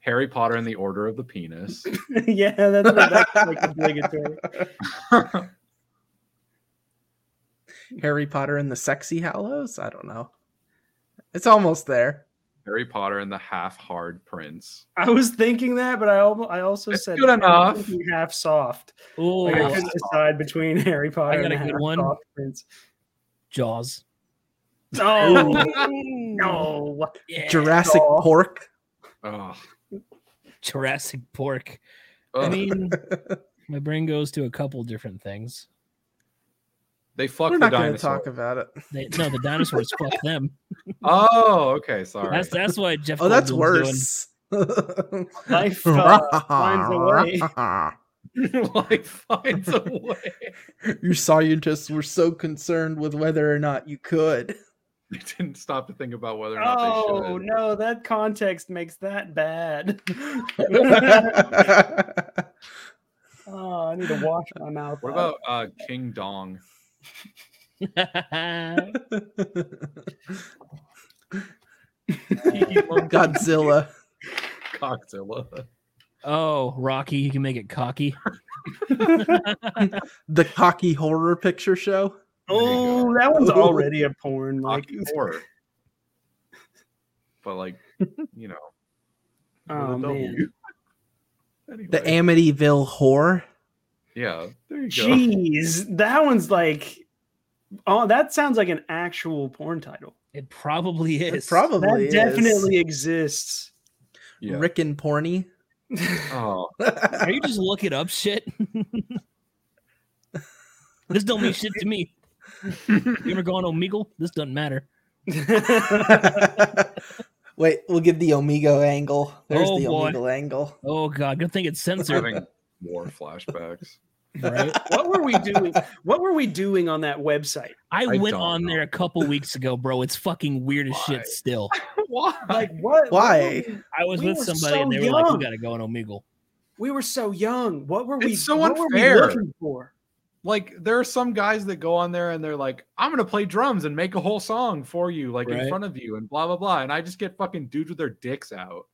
Harry Potter and the Order of the Penis.
yeah, that's, that's like obligatory.
Harry Potter and the Sexy Hallows. I don't know. It's almost there.
Harry Potter and the Half Hard Prince.
I was thinking that, but I al- I also
It's
said
good
I was
enough.
thinking half soft.
Ooh,
Like, I
Half
couldn't decide between Harry Potter
got
and
a good
half
one.
soft prince.
Jaws.
No, no,
Yeah.
Jurassic
Aw.
Pork.
Oh,
Jurassic Pork. I mean, my brain goes to a couple different things.
they fuck
We're
the
not going to
dinosaur.
talk about it.
They, no, the dinosaurs fuck them.
Oh, okay, sorry.
That's that's why Jeff.
Oh, that's
Goldblum's
worse.
life uh, finds a way.
Life finds a way.
you scientists were so concerned with whether or not you could.
They didn't stop to think about whether or not they
Oh
should.
no, that context makes that bad. Oh, I need to wash my mouth.
What
out.
about uh, King Dong?
Godzilla.
Cockzilla.
oh, Rocky, you can make it cocky.
The cocky horror picture show.
Oh, that one's already a porn. Like,
Cocky horror. But like, you know. with
oh
a
man,
W. Anyway,
The Amityville horror.
yeah, there you go.
jeez, that one's like, oh, that sounds like an actual porn title.
It probably is.
It probably
That
is.
definitely exists.
Yeah.
Rick and Porny.
Oh,
Are you just looking up shit? this don't mean shit to me. You ever gone Omegle? This doesn't matter.
Wait, we'll give the Omigo angle. There's
Oh,
the
boy.
Omigo angle.
Oh god, good thing it's censored.
having more flashbacks.
right?
what were we doing? What were we doing on that website?
I,
I
went
don't
on
know.
there a couple weeks ago, bro. It's fucking weird as
Why?
shit still.
Why?
Like what? what
Why?
were we-
I was
We
with
were
somebody
so
and they were like,
young.
"We gotta go on Omegle."
we were so young. What were we?
It's so
what
unfair.
Were we looking for?
like there are some guys that go on there and they're like, I'm gonna play drums and make a whole song for you, like
Right.
in front of you, and blah blah blah. And I just get fucking dudes with their dicks out.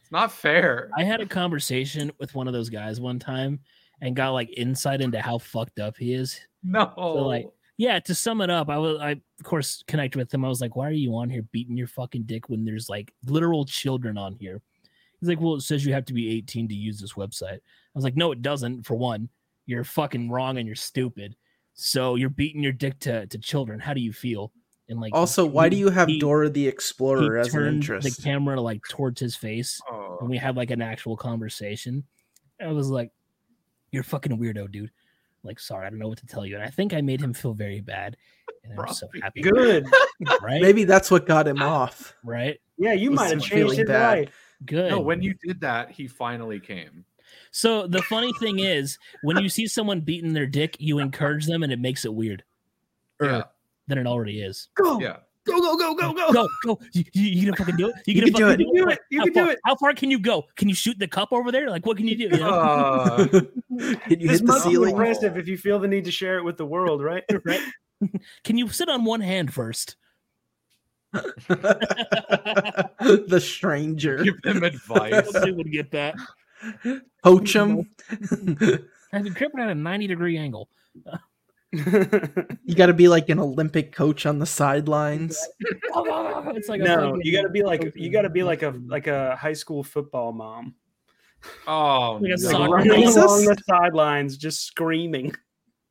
It's not fair.
I had a conversation with one of those guys one time and got like insight into how fucked up he is.
no.
like- Yeah, to sum it up, I was I of course connected with him. I was like, "Why are you on here beating your fucking dick when there's like literal children on here?" He's like, "Well, it says you have to be 18 to use this website." I was like, "No, it doesn't. For one, you're fucking wrong and you're stupid. So you're beating your dick to to children. How do you feel?" And like
Also, why do you have
He-
Dora the
he
Explorer as an
turned
interest?
the camera like towards his face and
oh,
we had like an actual conversation. I was like, "You're a fucking weirdo, dude." Like, sorry, I don't know what to tell you. And I think I made him feel very bad. And I'm so
Probably.
happy.
Good.
Right?
Maybe that's what got him off.
Right?
Yeah, you
This
might have
is
changed
really
his
bad.
life.
Good.
no, when you did that, he finally came.
so the funny thing is, when you see someone beating their dick, you encourage them and it makes it weird. Er, Oh,
Yeah,
Than it already is.
Go,
yeah.
go, go, go, go, go.
Go, go. You, you, you gonna fucking do it?
You
gonna
can do
fucking
Oh. You can do it. You
How
can
far,
do it.
How far can you go? Can you shoot the cup over there? Like, what can you do? You know?
Uh,
Did you
this
hit the
must be
ceiling?
impressive if you feel the need to share it with the world, right?
right? can you sit on one hand first?
the stranger.
give them advice.
Nobody would get that.
Poach him.
I've been crippling at a 90 degree angle.
you got to be like an Olympic coach on the sidelines.
it's like a
no,
fucking-
you got to be like
fucking-
you got to be like a like a high school football mom,
Oh,
Like a
no.
soccer-
running along the
Racist?
sidelines, just screaming.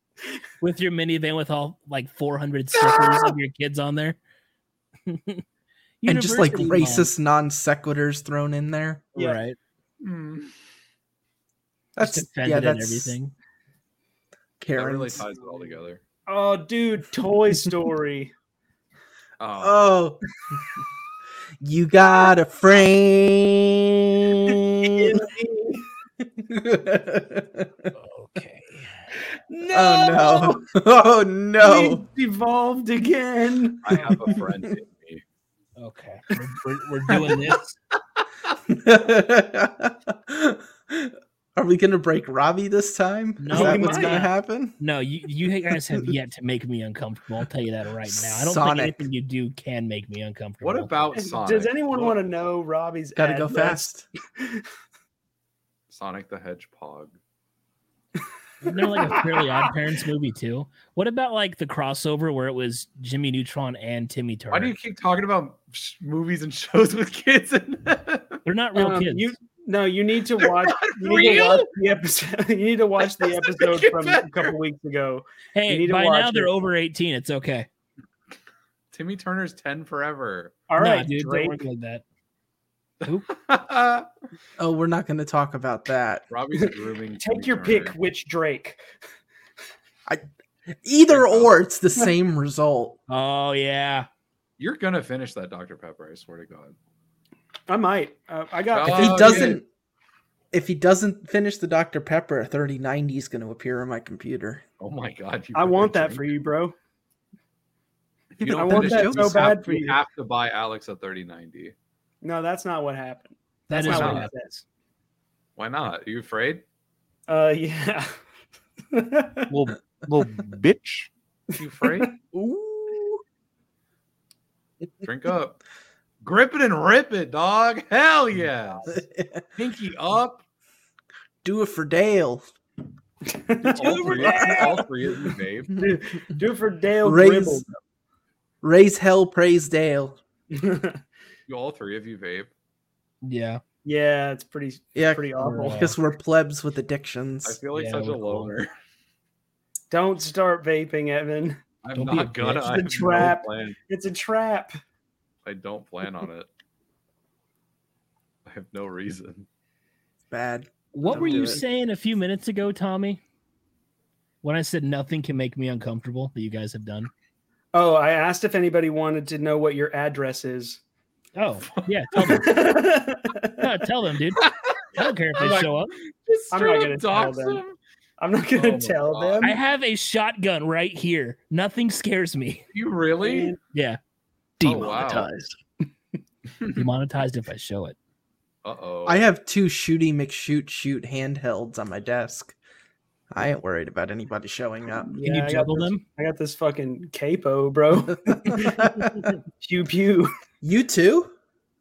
with your minivan with all like 400 stickers of your kids on there,
and just like
University mom.
racist non sequiturs thrown in there.
Yeah.
right?
Mm,
That's
That's yeah,
and
that's
everything.
that really
Karen's.
ties it all together.
Oh, dude, Toy Story.
Oh,
Oh, you got a frame.
Okay,
no,
oh no! Oh no!
We devolved again.
I have a friend in me.
okay, we're, we're- we're doing this.
Are we gonna break Robbie this time?
No,
Is that
we
what's gonna
might.
happen?
No, you you guys have yet to make me uncomfortable. I'll tell you that right now. I don't
Sonic.
think anything you do can make me uncomfortable.
What about Sonic?
Does anyone
What-
want to know Robbie's?
Gotta go
address?
fast.
Sonic the Hedgehog?
Isn't there like a Fairly Odd Parents movie too? What about like the crossover where it was Jimmy Neutron and Timmy Turner?
Why do you keep talking about sh- movies and shows with kids in them?
They're not real
Um,
kids.
You no, you need to watch. You need to
real?
watch the episode. You need to watch the
doesn't
episode
make it
from
better.
a couple weeks ago. you
hey,
need to
by
watch
now they're
it.
over eighteen. It's okay.
Timmy Turner's 10 forever.
All
Nah,
right,
dude, don't
Drake.
work like that.
Robbie's
Oh, we're not gonna talk about that.
grooming.
Take
Timmy
your
Turner.
pick. Which Drake?
Either or, it's the same result.
Oh yeah.
You're going to finish that Dr. Pepper, I swear to God.
I might. Uh, I got.
If he
Oh, yeah.
doesn't, if he doesn't finish the Dr Pepper, a 3090 is gonna appear on my computer.
Oh my God.
I want that for you, bro.
You
I
don't
want
finish
that
it,
so
you
bad
have,
for
you
you.
have to buy Alex a 3090.
No, that's not what happened.
That
That's
is
not
what
what
happened.
it says.
Why not? Are you afraid?
Uh, yeah.
Little, little bitch.
You afraid?
Ooh.
Drink up. Grip it and rip it, dog. Hell yeah. Pinky up.
Do it for Dale.
All three, all three of you, babe.
do, do it for Dale
Raise, raise hell, praise Dale.
Gribble.
You all three of you, babe.
Yeah.
yeah, it's pretty
Yeah,
pretty awful.
Yeah.
because we're plebs
I
with addictions.
feel like
Yeah,
such
we're
a
cool.
loner.
Don't start vaping, Evan.
I'm
Don't be a
not gonna.
bitch.
I
The
have no
trap.
plan.
It's a trap.
I don't plan on it. I have no reason.
It's bad.
What
Don't
were
do
you
it.
saying a few minutes ago, Tommy? When I said nothing can make me uncomfortable that you guys have done.
Oh, I asked if anybody wanted to know what your address is.
Oh, yeah. Tell them, No, tell them dude. I don't care if they
Like-
show up.
Just
I'm
straight
not
up
gonna tell
dox
them.
him.
I'm not
Oh
gonna
my
tell
God.
them.
I have a shotgun right here. Nothing scares me.
You really?
Yeah.
Oh, wow.
Demonetized.
Demonetized if I show it.
Uh oh.
I have two shooty McShoot shoot handhelds on my desk. I ain't worried about anybody showing up.
Can
Um, Yeah, I
you
got
juggle
this-
them?
I got this fucking capo, bro. pew pew.
you too?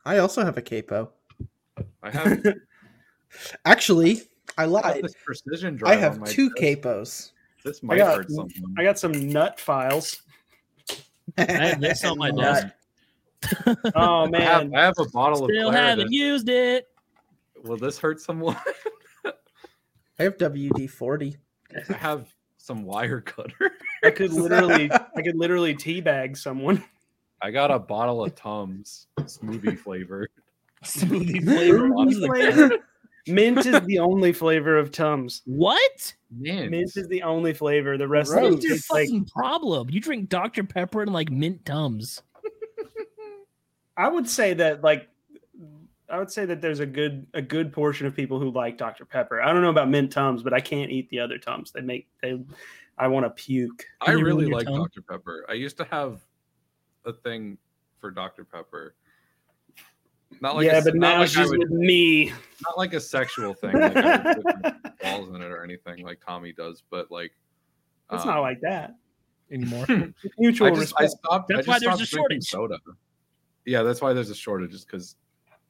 I also have a capo.
I have,
Actually,
I
I
have
lied.
this precision drive.
I
on
have
my
two
desk.
capos.
This might
got-
hurt someone.
I got some nut files.
I have this on my
Nut.
desk.
Oh
I have,
man.
I have a bottle
Still
of
haven't
Claritin.
used it.
Will this hurt someone?
I have WD forty.
I have some wire cutter.
I could literally I could literally teabag someone.
I got a bottle of Tums smoothie flavor.
Smoothie
flavor on the
Mint is the only flavor of Tums.
What?
Man,
Mint is the only flavor. The rest of
What's
them
Gross.
your
taste like
fucking problem? You drink Dr. Pepper and like mint tums.
I would say that like I would say that there's a good a good portion of people who like Dr. Pepper. I don't know about mint tums, but I can't eat the other tums. They make they I want to puke.
I
Can you ruin
really
your
like
tongue?
Dr. Pepper. I used to have a thing for Dr. Pepper. Not like
yeah,
a,
but
not like
now
I
she's
would-
with me.
not like a sexual thing. Like I would put my balls in it or anything like Tommy does, but like
It's
um,
not like that.
Anymore.
It's mutual
I just I
respect.
stopped. I
That's
just
why there's
stopped
a
drinking
shortage.
Soda. Yeah, that's why there's a shortage. Just because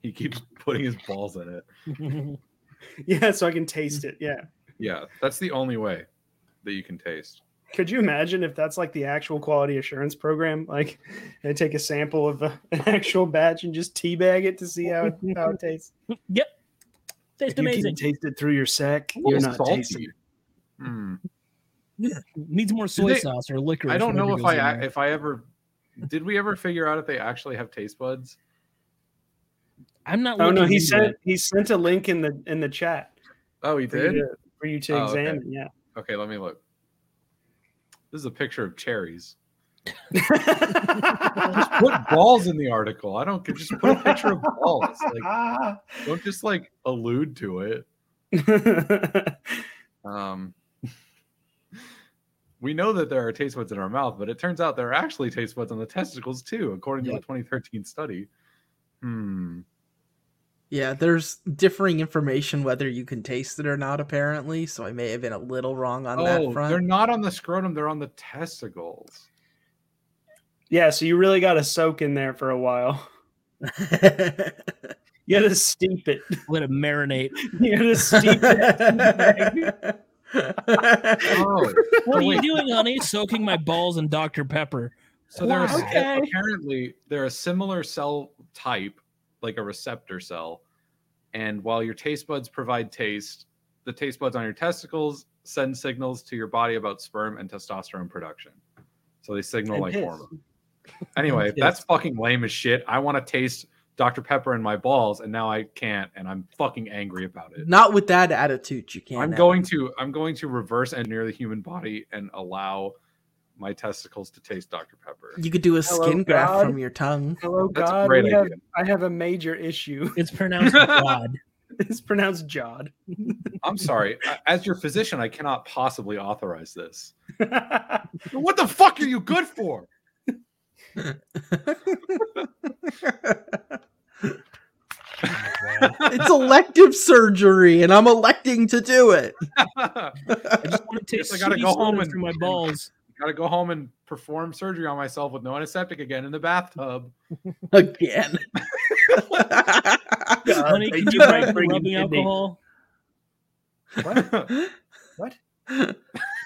he keeps putting his balls in it.
yeah, so I can taste it. Yeah.
Yeah, that's the only way that you can taste.
Could you imagine if that's like the actual quality assurance program? Like they take a sample of a, an actual batch and just teabag it to see how it, how it tastes.
Tastes
If you can
amazing.
taste it through your sack,
A
you're
little
not
salty.
tasting it.
Hmm.
Needs more soy
they-
sauce or liquor.
I don't know if I ac- if I ever did. We ever figure out if they actually have taste buds?
I'm not.
Oh no,
looking
he
into
sent
it.
he sent a link in the in the chat
Oh, he
for you
did.
to, for you to
Oh, okay.
examine. Yeah.
Okay, let me look. This is a picture of cherries. Put balls in the article. I don't care. Just put a picture of balls. Like,
Ah.
don't just like allude to it. Um, we know that there are taste buds in our mouth, but it turns out there are actually taste buds on the testicles too, according to
Yep.
a 2013 study. Hmm.
Yeah, there's differing information whether you can taste it or not. Apparently, so I may have been a little wrong on that
Oh, they're
front.
not on the scrotum; they're on the testicles.
yeah, so you really got to soak in there for a while. You got to steep it.
Let it marinate.
You got to steep it.
Oh,
What are you
wait.
doing, honey? Soaking my balls in Dr. Pepper.
So they're
Wow.
a-
Okay.
apparently they're a similar cell type, like a receptor cell. And while your taste buds provide taste, the taste buds on your testicles send signals to your body about sperm and testosterone production. So they signal
And
like
piss.
hormone. Anyway,
piss.
that's fucking lame as shit. I want to taste Dr. Pepper in my balls, and now I can't, and I'm fucking angry about it.
not with that attitude, you can't.
I'm
have
going
it.
to I'm going to reverse engineer the human body and allow my testicles to taste Dr. Pepper.
You could do a
Hello,
skin graft
God.
from your tongue.
Hello,
That's
God.
a great
we
idea.
have, I have a major issue.
It's pronounced God.
It's pronounced Jod.
I'm sorry. I- As your physician, I cannot possibly authorize this. What the fuck are you good for?
It's elective surgery, and I'm electing to do it.
I just want to take
Guess I
I
gotta go home and-
through my balls.
Got to go home and perform surgery on myself with no antiseptic again in the bathtub.
Again.
God,
Honey,
they
can you
just might
write
bring you
rubbing
kidney.
alcohol?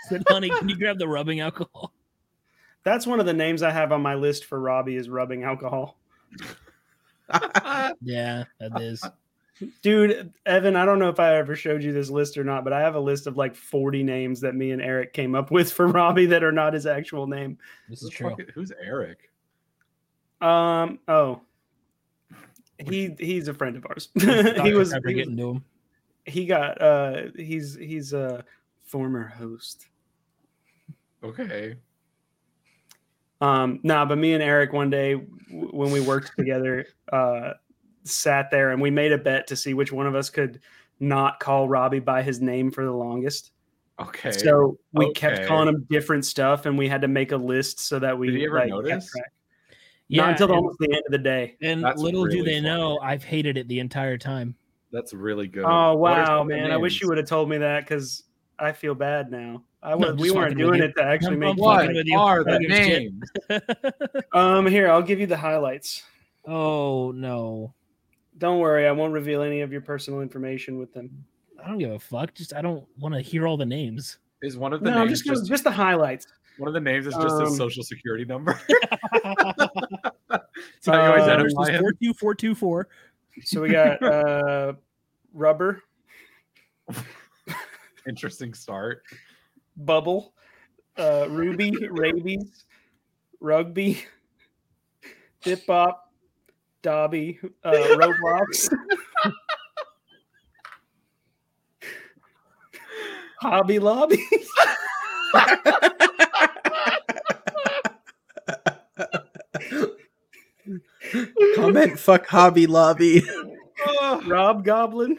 Said, honey, can you grab the rubbing alcohol?
That's one of the names I have on my list for Robbie is rubbing alcohol.
Yeah, that is.
Dude, Evan, I don't know if I ever showed you this list or not, but I have a list of like 40 names that me and Eric came up with for Robbie that are not his actual name.
This
Who
is
the
true.
fuck is- who's Eric?
Um, oh. He he's a friend of ours. he
Dr.
was
Pepper
he was-
getting to him.
he got uh he's he's a former host.
Okay.
Um, nah, but me and Eric one day w- when we worked together, uh, sat there and we made a bet to see which one of us could not call Robbie by his name for the longest.
Okay.
So we kept
Okay.
calling him different stuff, and we had to make a list so that we
Did he ever
like,
notice?
track.
Yeah,
Not until
and,
almost the end of the day.
and
That's
little do
really
they
funny.
know, I've hated it the entire time.
That's really good.
Oh
What are
wow,
some of the
man! I wish
names?
you would have told me that because I feel bad now. I
No,
was,
I'm
we
just
weren't
fucking with
doing
you.
it to actually
I'm-
make.
I'm
fun
fucking
What
of
with you.
are
I
the
don't give a shit.
names?
it. Um, here I'll give you the highlights.
Oh no,
Don't worry, I won't reveal any of your personal information with them.
I don't give a fuck. Just I don't want to hear all the names.
Is one of the
No, I'm
names
just
just,
gonna- just the highlights.
one of the names is just his
um,
social security number?
So
how you identify
him?
four two four two four.
So we got uh, rubber,
Interesting start.
bubble, uh, ruby, rabies, rugby, dip bop, dobby, uh, roblox, hobby lobby.
Comment fuck Hobby Lobby.
Oh,
Rob Goblin.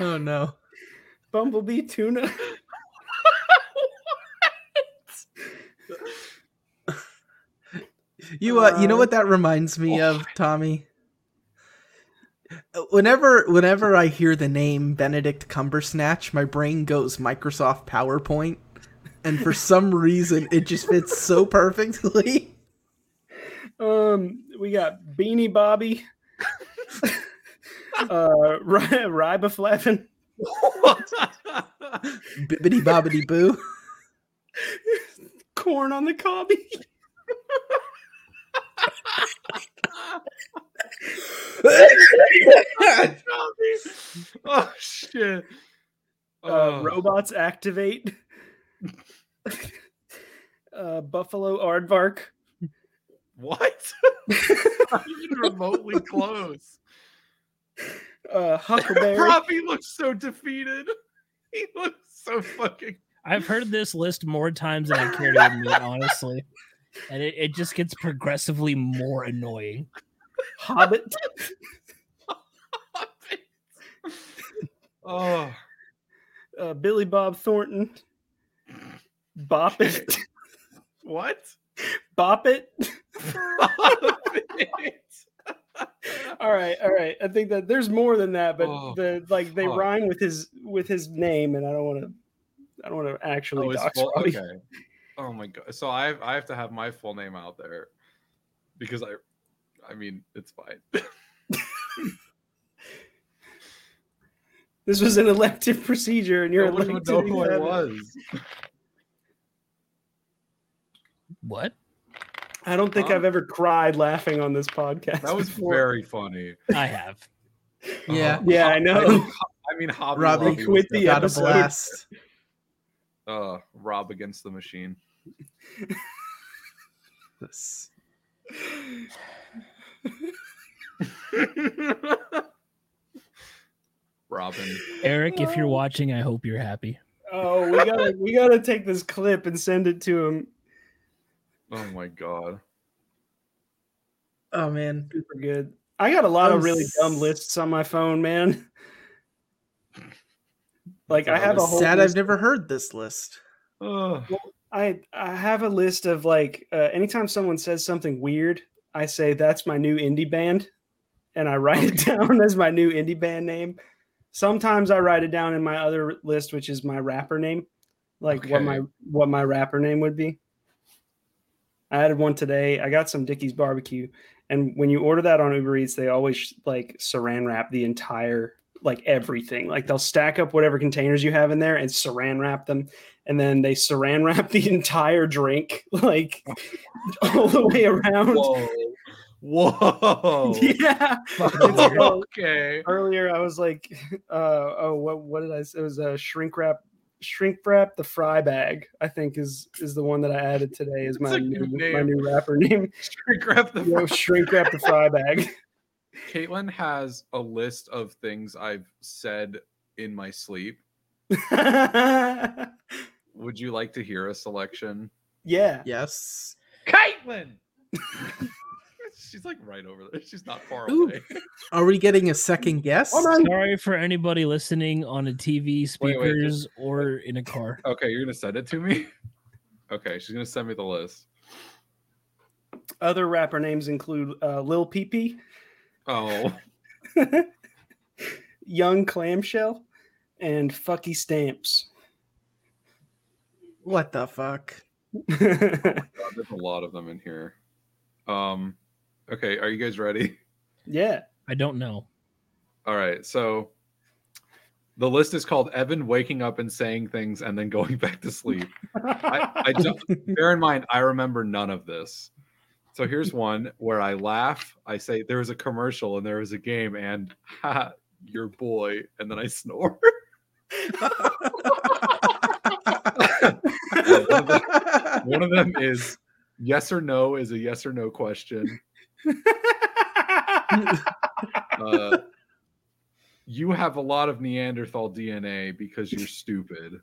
Oh no.
Bumblebee tuna.
You uh, you know what that reminds me of, Tommy? Uh, Whenever whenever I hear the name Benedict Cumbersnatch, my brain goes Microsoft PowerPoint. And for some reason it just fits so perfectly.
Um, we got Beanie Bobby, uh, Ri- Riboflavin,
Bibbity bobbity boo.
corn on the cob.
oh shit.
uh,
Oh,
robots activate uh, buffalo aardvark
what? Not even remotely close.
uh, huckleberry
Robbie looks so defeated. He looks so fucking.
I've heard this list more times than I care to admit, honestly, and it, it just gets progressively more annoying.
hobbit
Oh,
uh, billy bob thornton bop it
what?
bop it all right all right i think that there's more than that but
Oh,
the like they
fuck.
rhyme with his with his name and i don't want to i don't want to actually
Oh, it's
dox
full-
Robbie.
okay. Oh my god. So I have, I have to have my full name out there because I I mean it's fine.
this was an elective procedure and you're
no one would
elected
know
to
who I
have it.
was.
What?
I don't think
Huh?
I've ever cried laughing on this podcast.
That was
before.
very funny.
I have.
Yeah.
Oh,
Yeah, I know.
I mean, Ho- I mean Hobby
Robbie
Lobby was
quit
definitely-
the
Got a
episode.
blast.
uh, Rob against the machine.
This-
Robin.
Eric, if you're watching, I hope you're happy.
Oh, we gotta we gotta take this clip and send it to him.
Oh my god.
Oh man.
Super good. I got a lot
I'm
of really dumb
s-
lists on my phone, man. Like I
That's
have a
I'm
whole
sad
list-
I've never heard this list.
Ugh.
I I have a list of like uh, anytime someone says something weird, I say that's my new indie band, and I write it down as my new indie band name. Sometimes I write it down in my other list, which is my rapper name, like what
Okay.
my what my rapper name would be. I added one today. I got some Dickie's barbecue, and when you order that on Uber Eats, they always like Saran wrap the entire like everything. Like they'll stack up whatever containers you have in there and Saran wrap them and then they saran wrap the entire drink like all the way around.
Whoa. Whoa.
Yeah.
Whoa. okay.
Earlier I was like, uh, oh, what what did I say? It was a shrink wrap, shrink wrap the fry bag. I think is is the one that I added today is
That's
my
a
new
good
my
name.
new rapper name.
Grab the
Yo, shrink wrap the fry bag.
Caitlin has a list of things I've said in my sleep. Would you like to hear a selection?
yeah.
Yes.
Caitlin! She's like right over there. She's not far
Ooh.
away.
Are we getting a second guess?
Hold on.
Sorry for anybody listening on a TV,
Wait, wait,
speakers, or in a car.
Okay, you're gonna send it to me? Okay, she's gonna send me the list.
Other rapper names include uh, Lil Peepee,
Oh,
Young Clamshell, and Fucky Stamps.
What the fuck?
God, there's a lot of them in here. Um, okay, are you guys ready?
yeah.
I don't know.
All right, so the list is called Evan waking up and saying things and then going back to sleep. I, I don't, bear in mind, I remember none of this. So here's one where I laugh. I say there was a commercial and there was a game and ha, your boy, and then I snore. one, of them, one of them is yes or no is a yes or no question. Uh, you have a lot of Neanderthal DNA because you're stupid.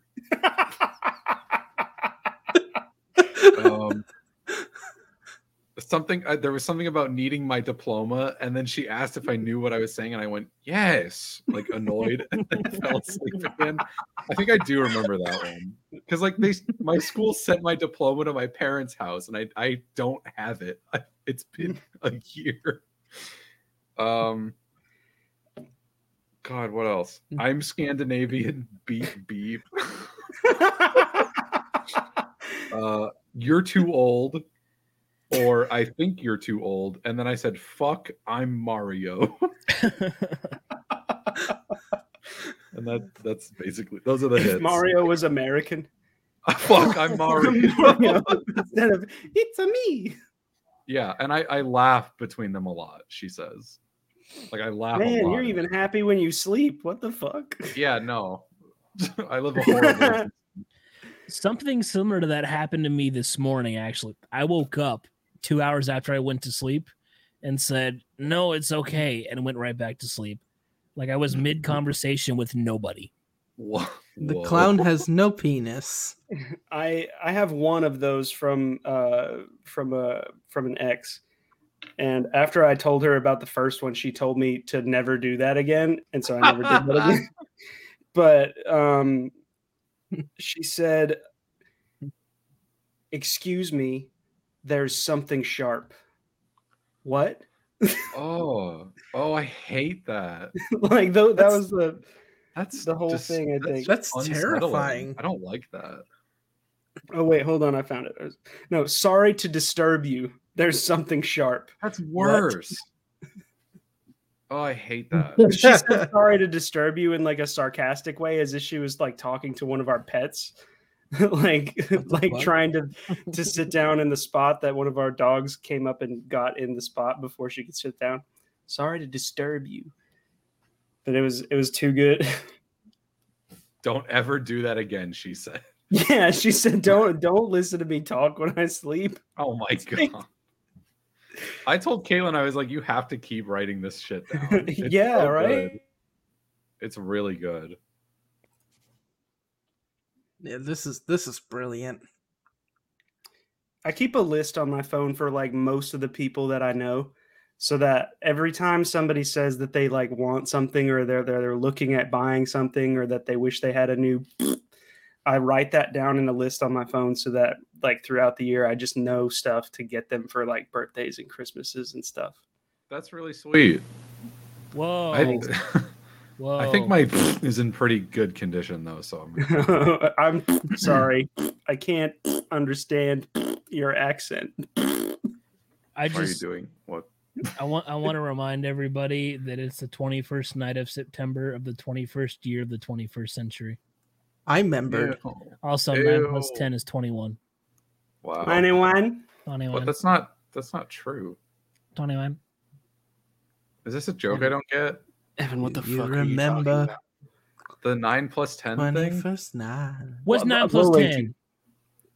um, something uh, there was something about needing my diploma and then she asked if i knew what i was saying and i went yes like annoyed and then fell asleep again i think i do remember that one because like they my school sent my diploma to my parents house and i i don't have it I, it's been a year um god what else i'm scandinavian beep beep uh, you're too old, or I think you're too old. And then I said, fuck, I'm Mario. and that that's basically those are the
if
hits.
Mario was American.
fuck, I'm Mario.
Instead of it's a me.
yeah, and I, I laugh between them a lot, she says. Like I laugh. a
Man,
lot.
you're even happy when you sleep. What the fuck?
yeah, no. I live a horrible
Something similar to that happened to me this morning, actually. I woke up two hours after I went to sleep and said, No, it's okay, and went right back to sleep. Like I
Mm-hmm.
was mid conversation with nobody.
Wha-
The
Whoa.
clown has no penis.
I I have one of those from uh from a from an ex. And after I told her about the first one, she told me to never do that again, and so I never did that again. But um she said "Excuse me, there's something sharp." What?
Oh, oh, I hate that.
like though that
That's-
was the
That's
The whole
dis-
thing, I think.
That's
unsettling.
terrifying.
I don't like that.
Oh wait, hold on, I found it. It was- No, sorry to disturb you. There's something sharp.
That's worse. Oh, I hate that.
She said sorry to disturb you in like a sarcastic way, as if she was like talking to one of our pets, like like
fuck?
trying to to sit down in the spot that one of our dogs came up and got in the spot before she could sit down. Sorry to disturb you, but it was it was too good.
Don't ever do that again, she said.
yeah, she said, "Don't don't listen to me talk when I sleep."
Oh my god. I told Caitlin, I was like, you have to keep writing this shit down. It's
yeah,
so
right.
good. It's really good.
Yeah, this is this is brilliant.
I keep a list on my phone for like most of the people that I know so that every time somebody says that they like want something or they're they're, they're looking at buying something or that they wish they had a new I write that down in a list on my phone so that like throughout the year I just know stuff to get them for like birthdays and Christmases and stuff.
That's really sweet.
Whoa.
I,
Whoa.
I think my is in pretty good condition though, so I'm
I'm sorry. I can't understand your accent.
I
what are you
just
doing? What?
I want I want to remind everybody that it's the 21st night of September of the 21st year of the 21st century.
I remembered.
Also, nine plus
Ew.
ten is 21.
Wow.
Anyone?
21.
But that's not that's not true.
21.
Is this a joke I don't get?
Evan, what the
You
fuck? Are you
remember
The nine plus ten
twenty
thing?
first night?
What's
Well,
nine
well,
plus
wait,
ten?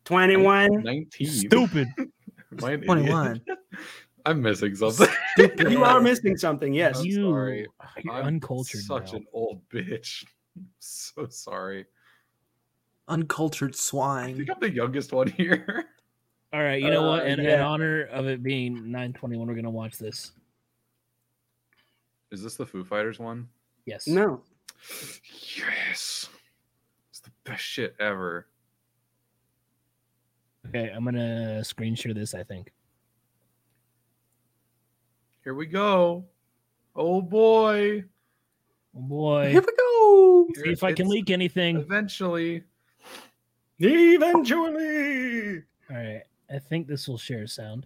21.
Nineteen.
Stupid.
Am I an idiot?
Twenty one.
I'm missing something.
You are missing something. Yes.
I'm
you
sorry.
you're
I'm
uncultured.
Such
now.
an old bitch. I'm so sorry.
Uncultured
I
swine.
think I'm the youngest one here.
All right, you know what?
Uh,
In, in
yeah.
honor of it being 921, we're gonna watch this.
Is this the Foo Fighters one?
Yes.
No.
Yes. It's the best shit ever.
Okay, I'm gonna screen share this. I think.
Here we go. Oh boy.
Oh boy.
Here we go.
See if I can
It's-
leak anything.
Eventually.
Eventually.
All right. I think this will share sound.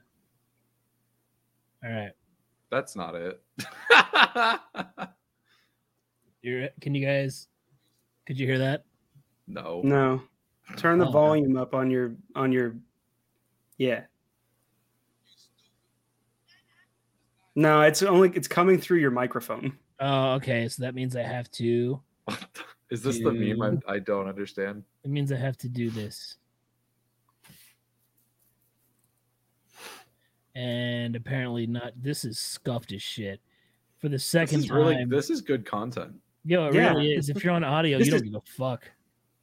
All right.
That's not it.
You're, can you guys? Could you hear that?
no.
No. Turn the
Oh.
volume up on your on your Yeah. No, it's only it's coming through your microphone.
Oh, okay. So that means I have to.
Is this the meme I, I don't understand?
It means I have to do this. And apparently not. This is scuffed as shit. For the
This
second
is
time,
really this is good content.
yo, it
Yeah.
really is. If you're on audio, you
This
don't
is-
give a fuck.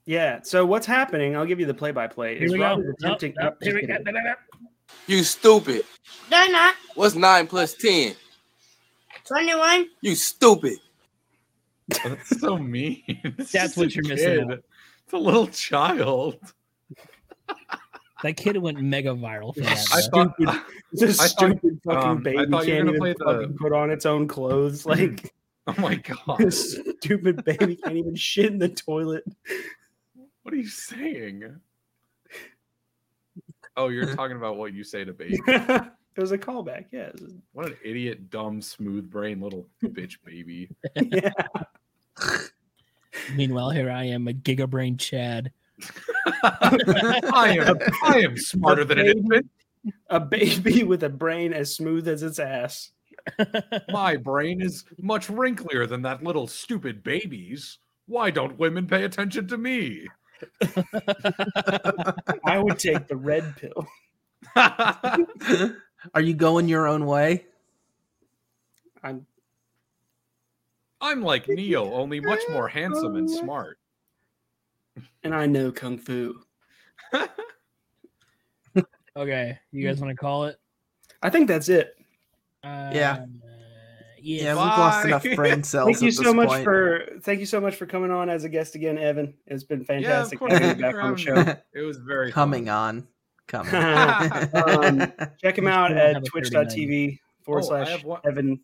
Yeah. So what's happening? I'll give you the play by play.
Here we go.
attempting
Up, up,
just
here we go.
kidding.
You stupid.
No, not
What's nine plus ten?
21.
You stupid.
That's so mean. It's
That's
just
what
a
you're missing
kid.
out.
It's a little child.
That kid went mega viral for that.
I
bro.
thought
It's a
I thought-
stupid fucking
um, I
baby
thought you were
can't
gonna
even
play the-
fucking put on its own clothes. Like
Oh my god.
this stupid baby can't even shit in the toilet.
What are you saying? Oh, you're talking about what you say to baby.
it was a callback. Yeah. it was-
What an idiot, dumb, smooth brain little bitch baby.
yeah.
Meanwhile, here I am, a gigabrain Chad.
I am I am smarter than an
Baby.
infant.
A baby with a brain as smooth as its ass.
My brain is much wrinklier than that little stupid baby's. Why don't women pay attention to me?
I would take the red pill.
Are you going your own way?
I'm
I'm like Neo, only much more handsome and smart.
and I know kung fu.
okay, you guys want to call it?
I think that's it.
Uh,
Yeah.
Yeah.
Yeah, we've lost
Bye.
enough brain cells.
Thank you
at
so
this
much
point.
for thank you so much for coming on as a guest again, Evan. It's been
Yeah, of
fantastic
course.
having
thank
you
you
back
for
on the
having
show.
me. It was very
coming
fun.
on. Coming.
Um, Check him
Just
out
don't have
at
a 39.
twitch.tv forward
Oh, I
slash
have one-
Evan.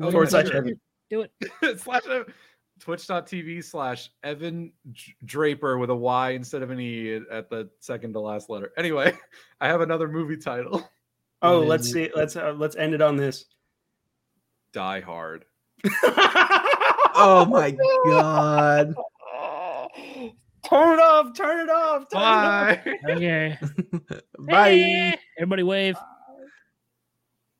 Oh,
Forward slash
sure.
Evan.
Do it.
slash uh, twitch.tv slash Evan J- Draper with a Y instead of an E at the second to last letter. Anyway, I have another movie title
Oh,
Evan.
let's see. Let's uh, let's end it on this.
Die Hard.
oh my god.
Turn it off. Turn it off. Turn it off.
Bye.
Okay.
Bye.
Everybody wave.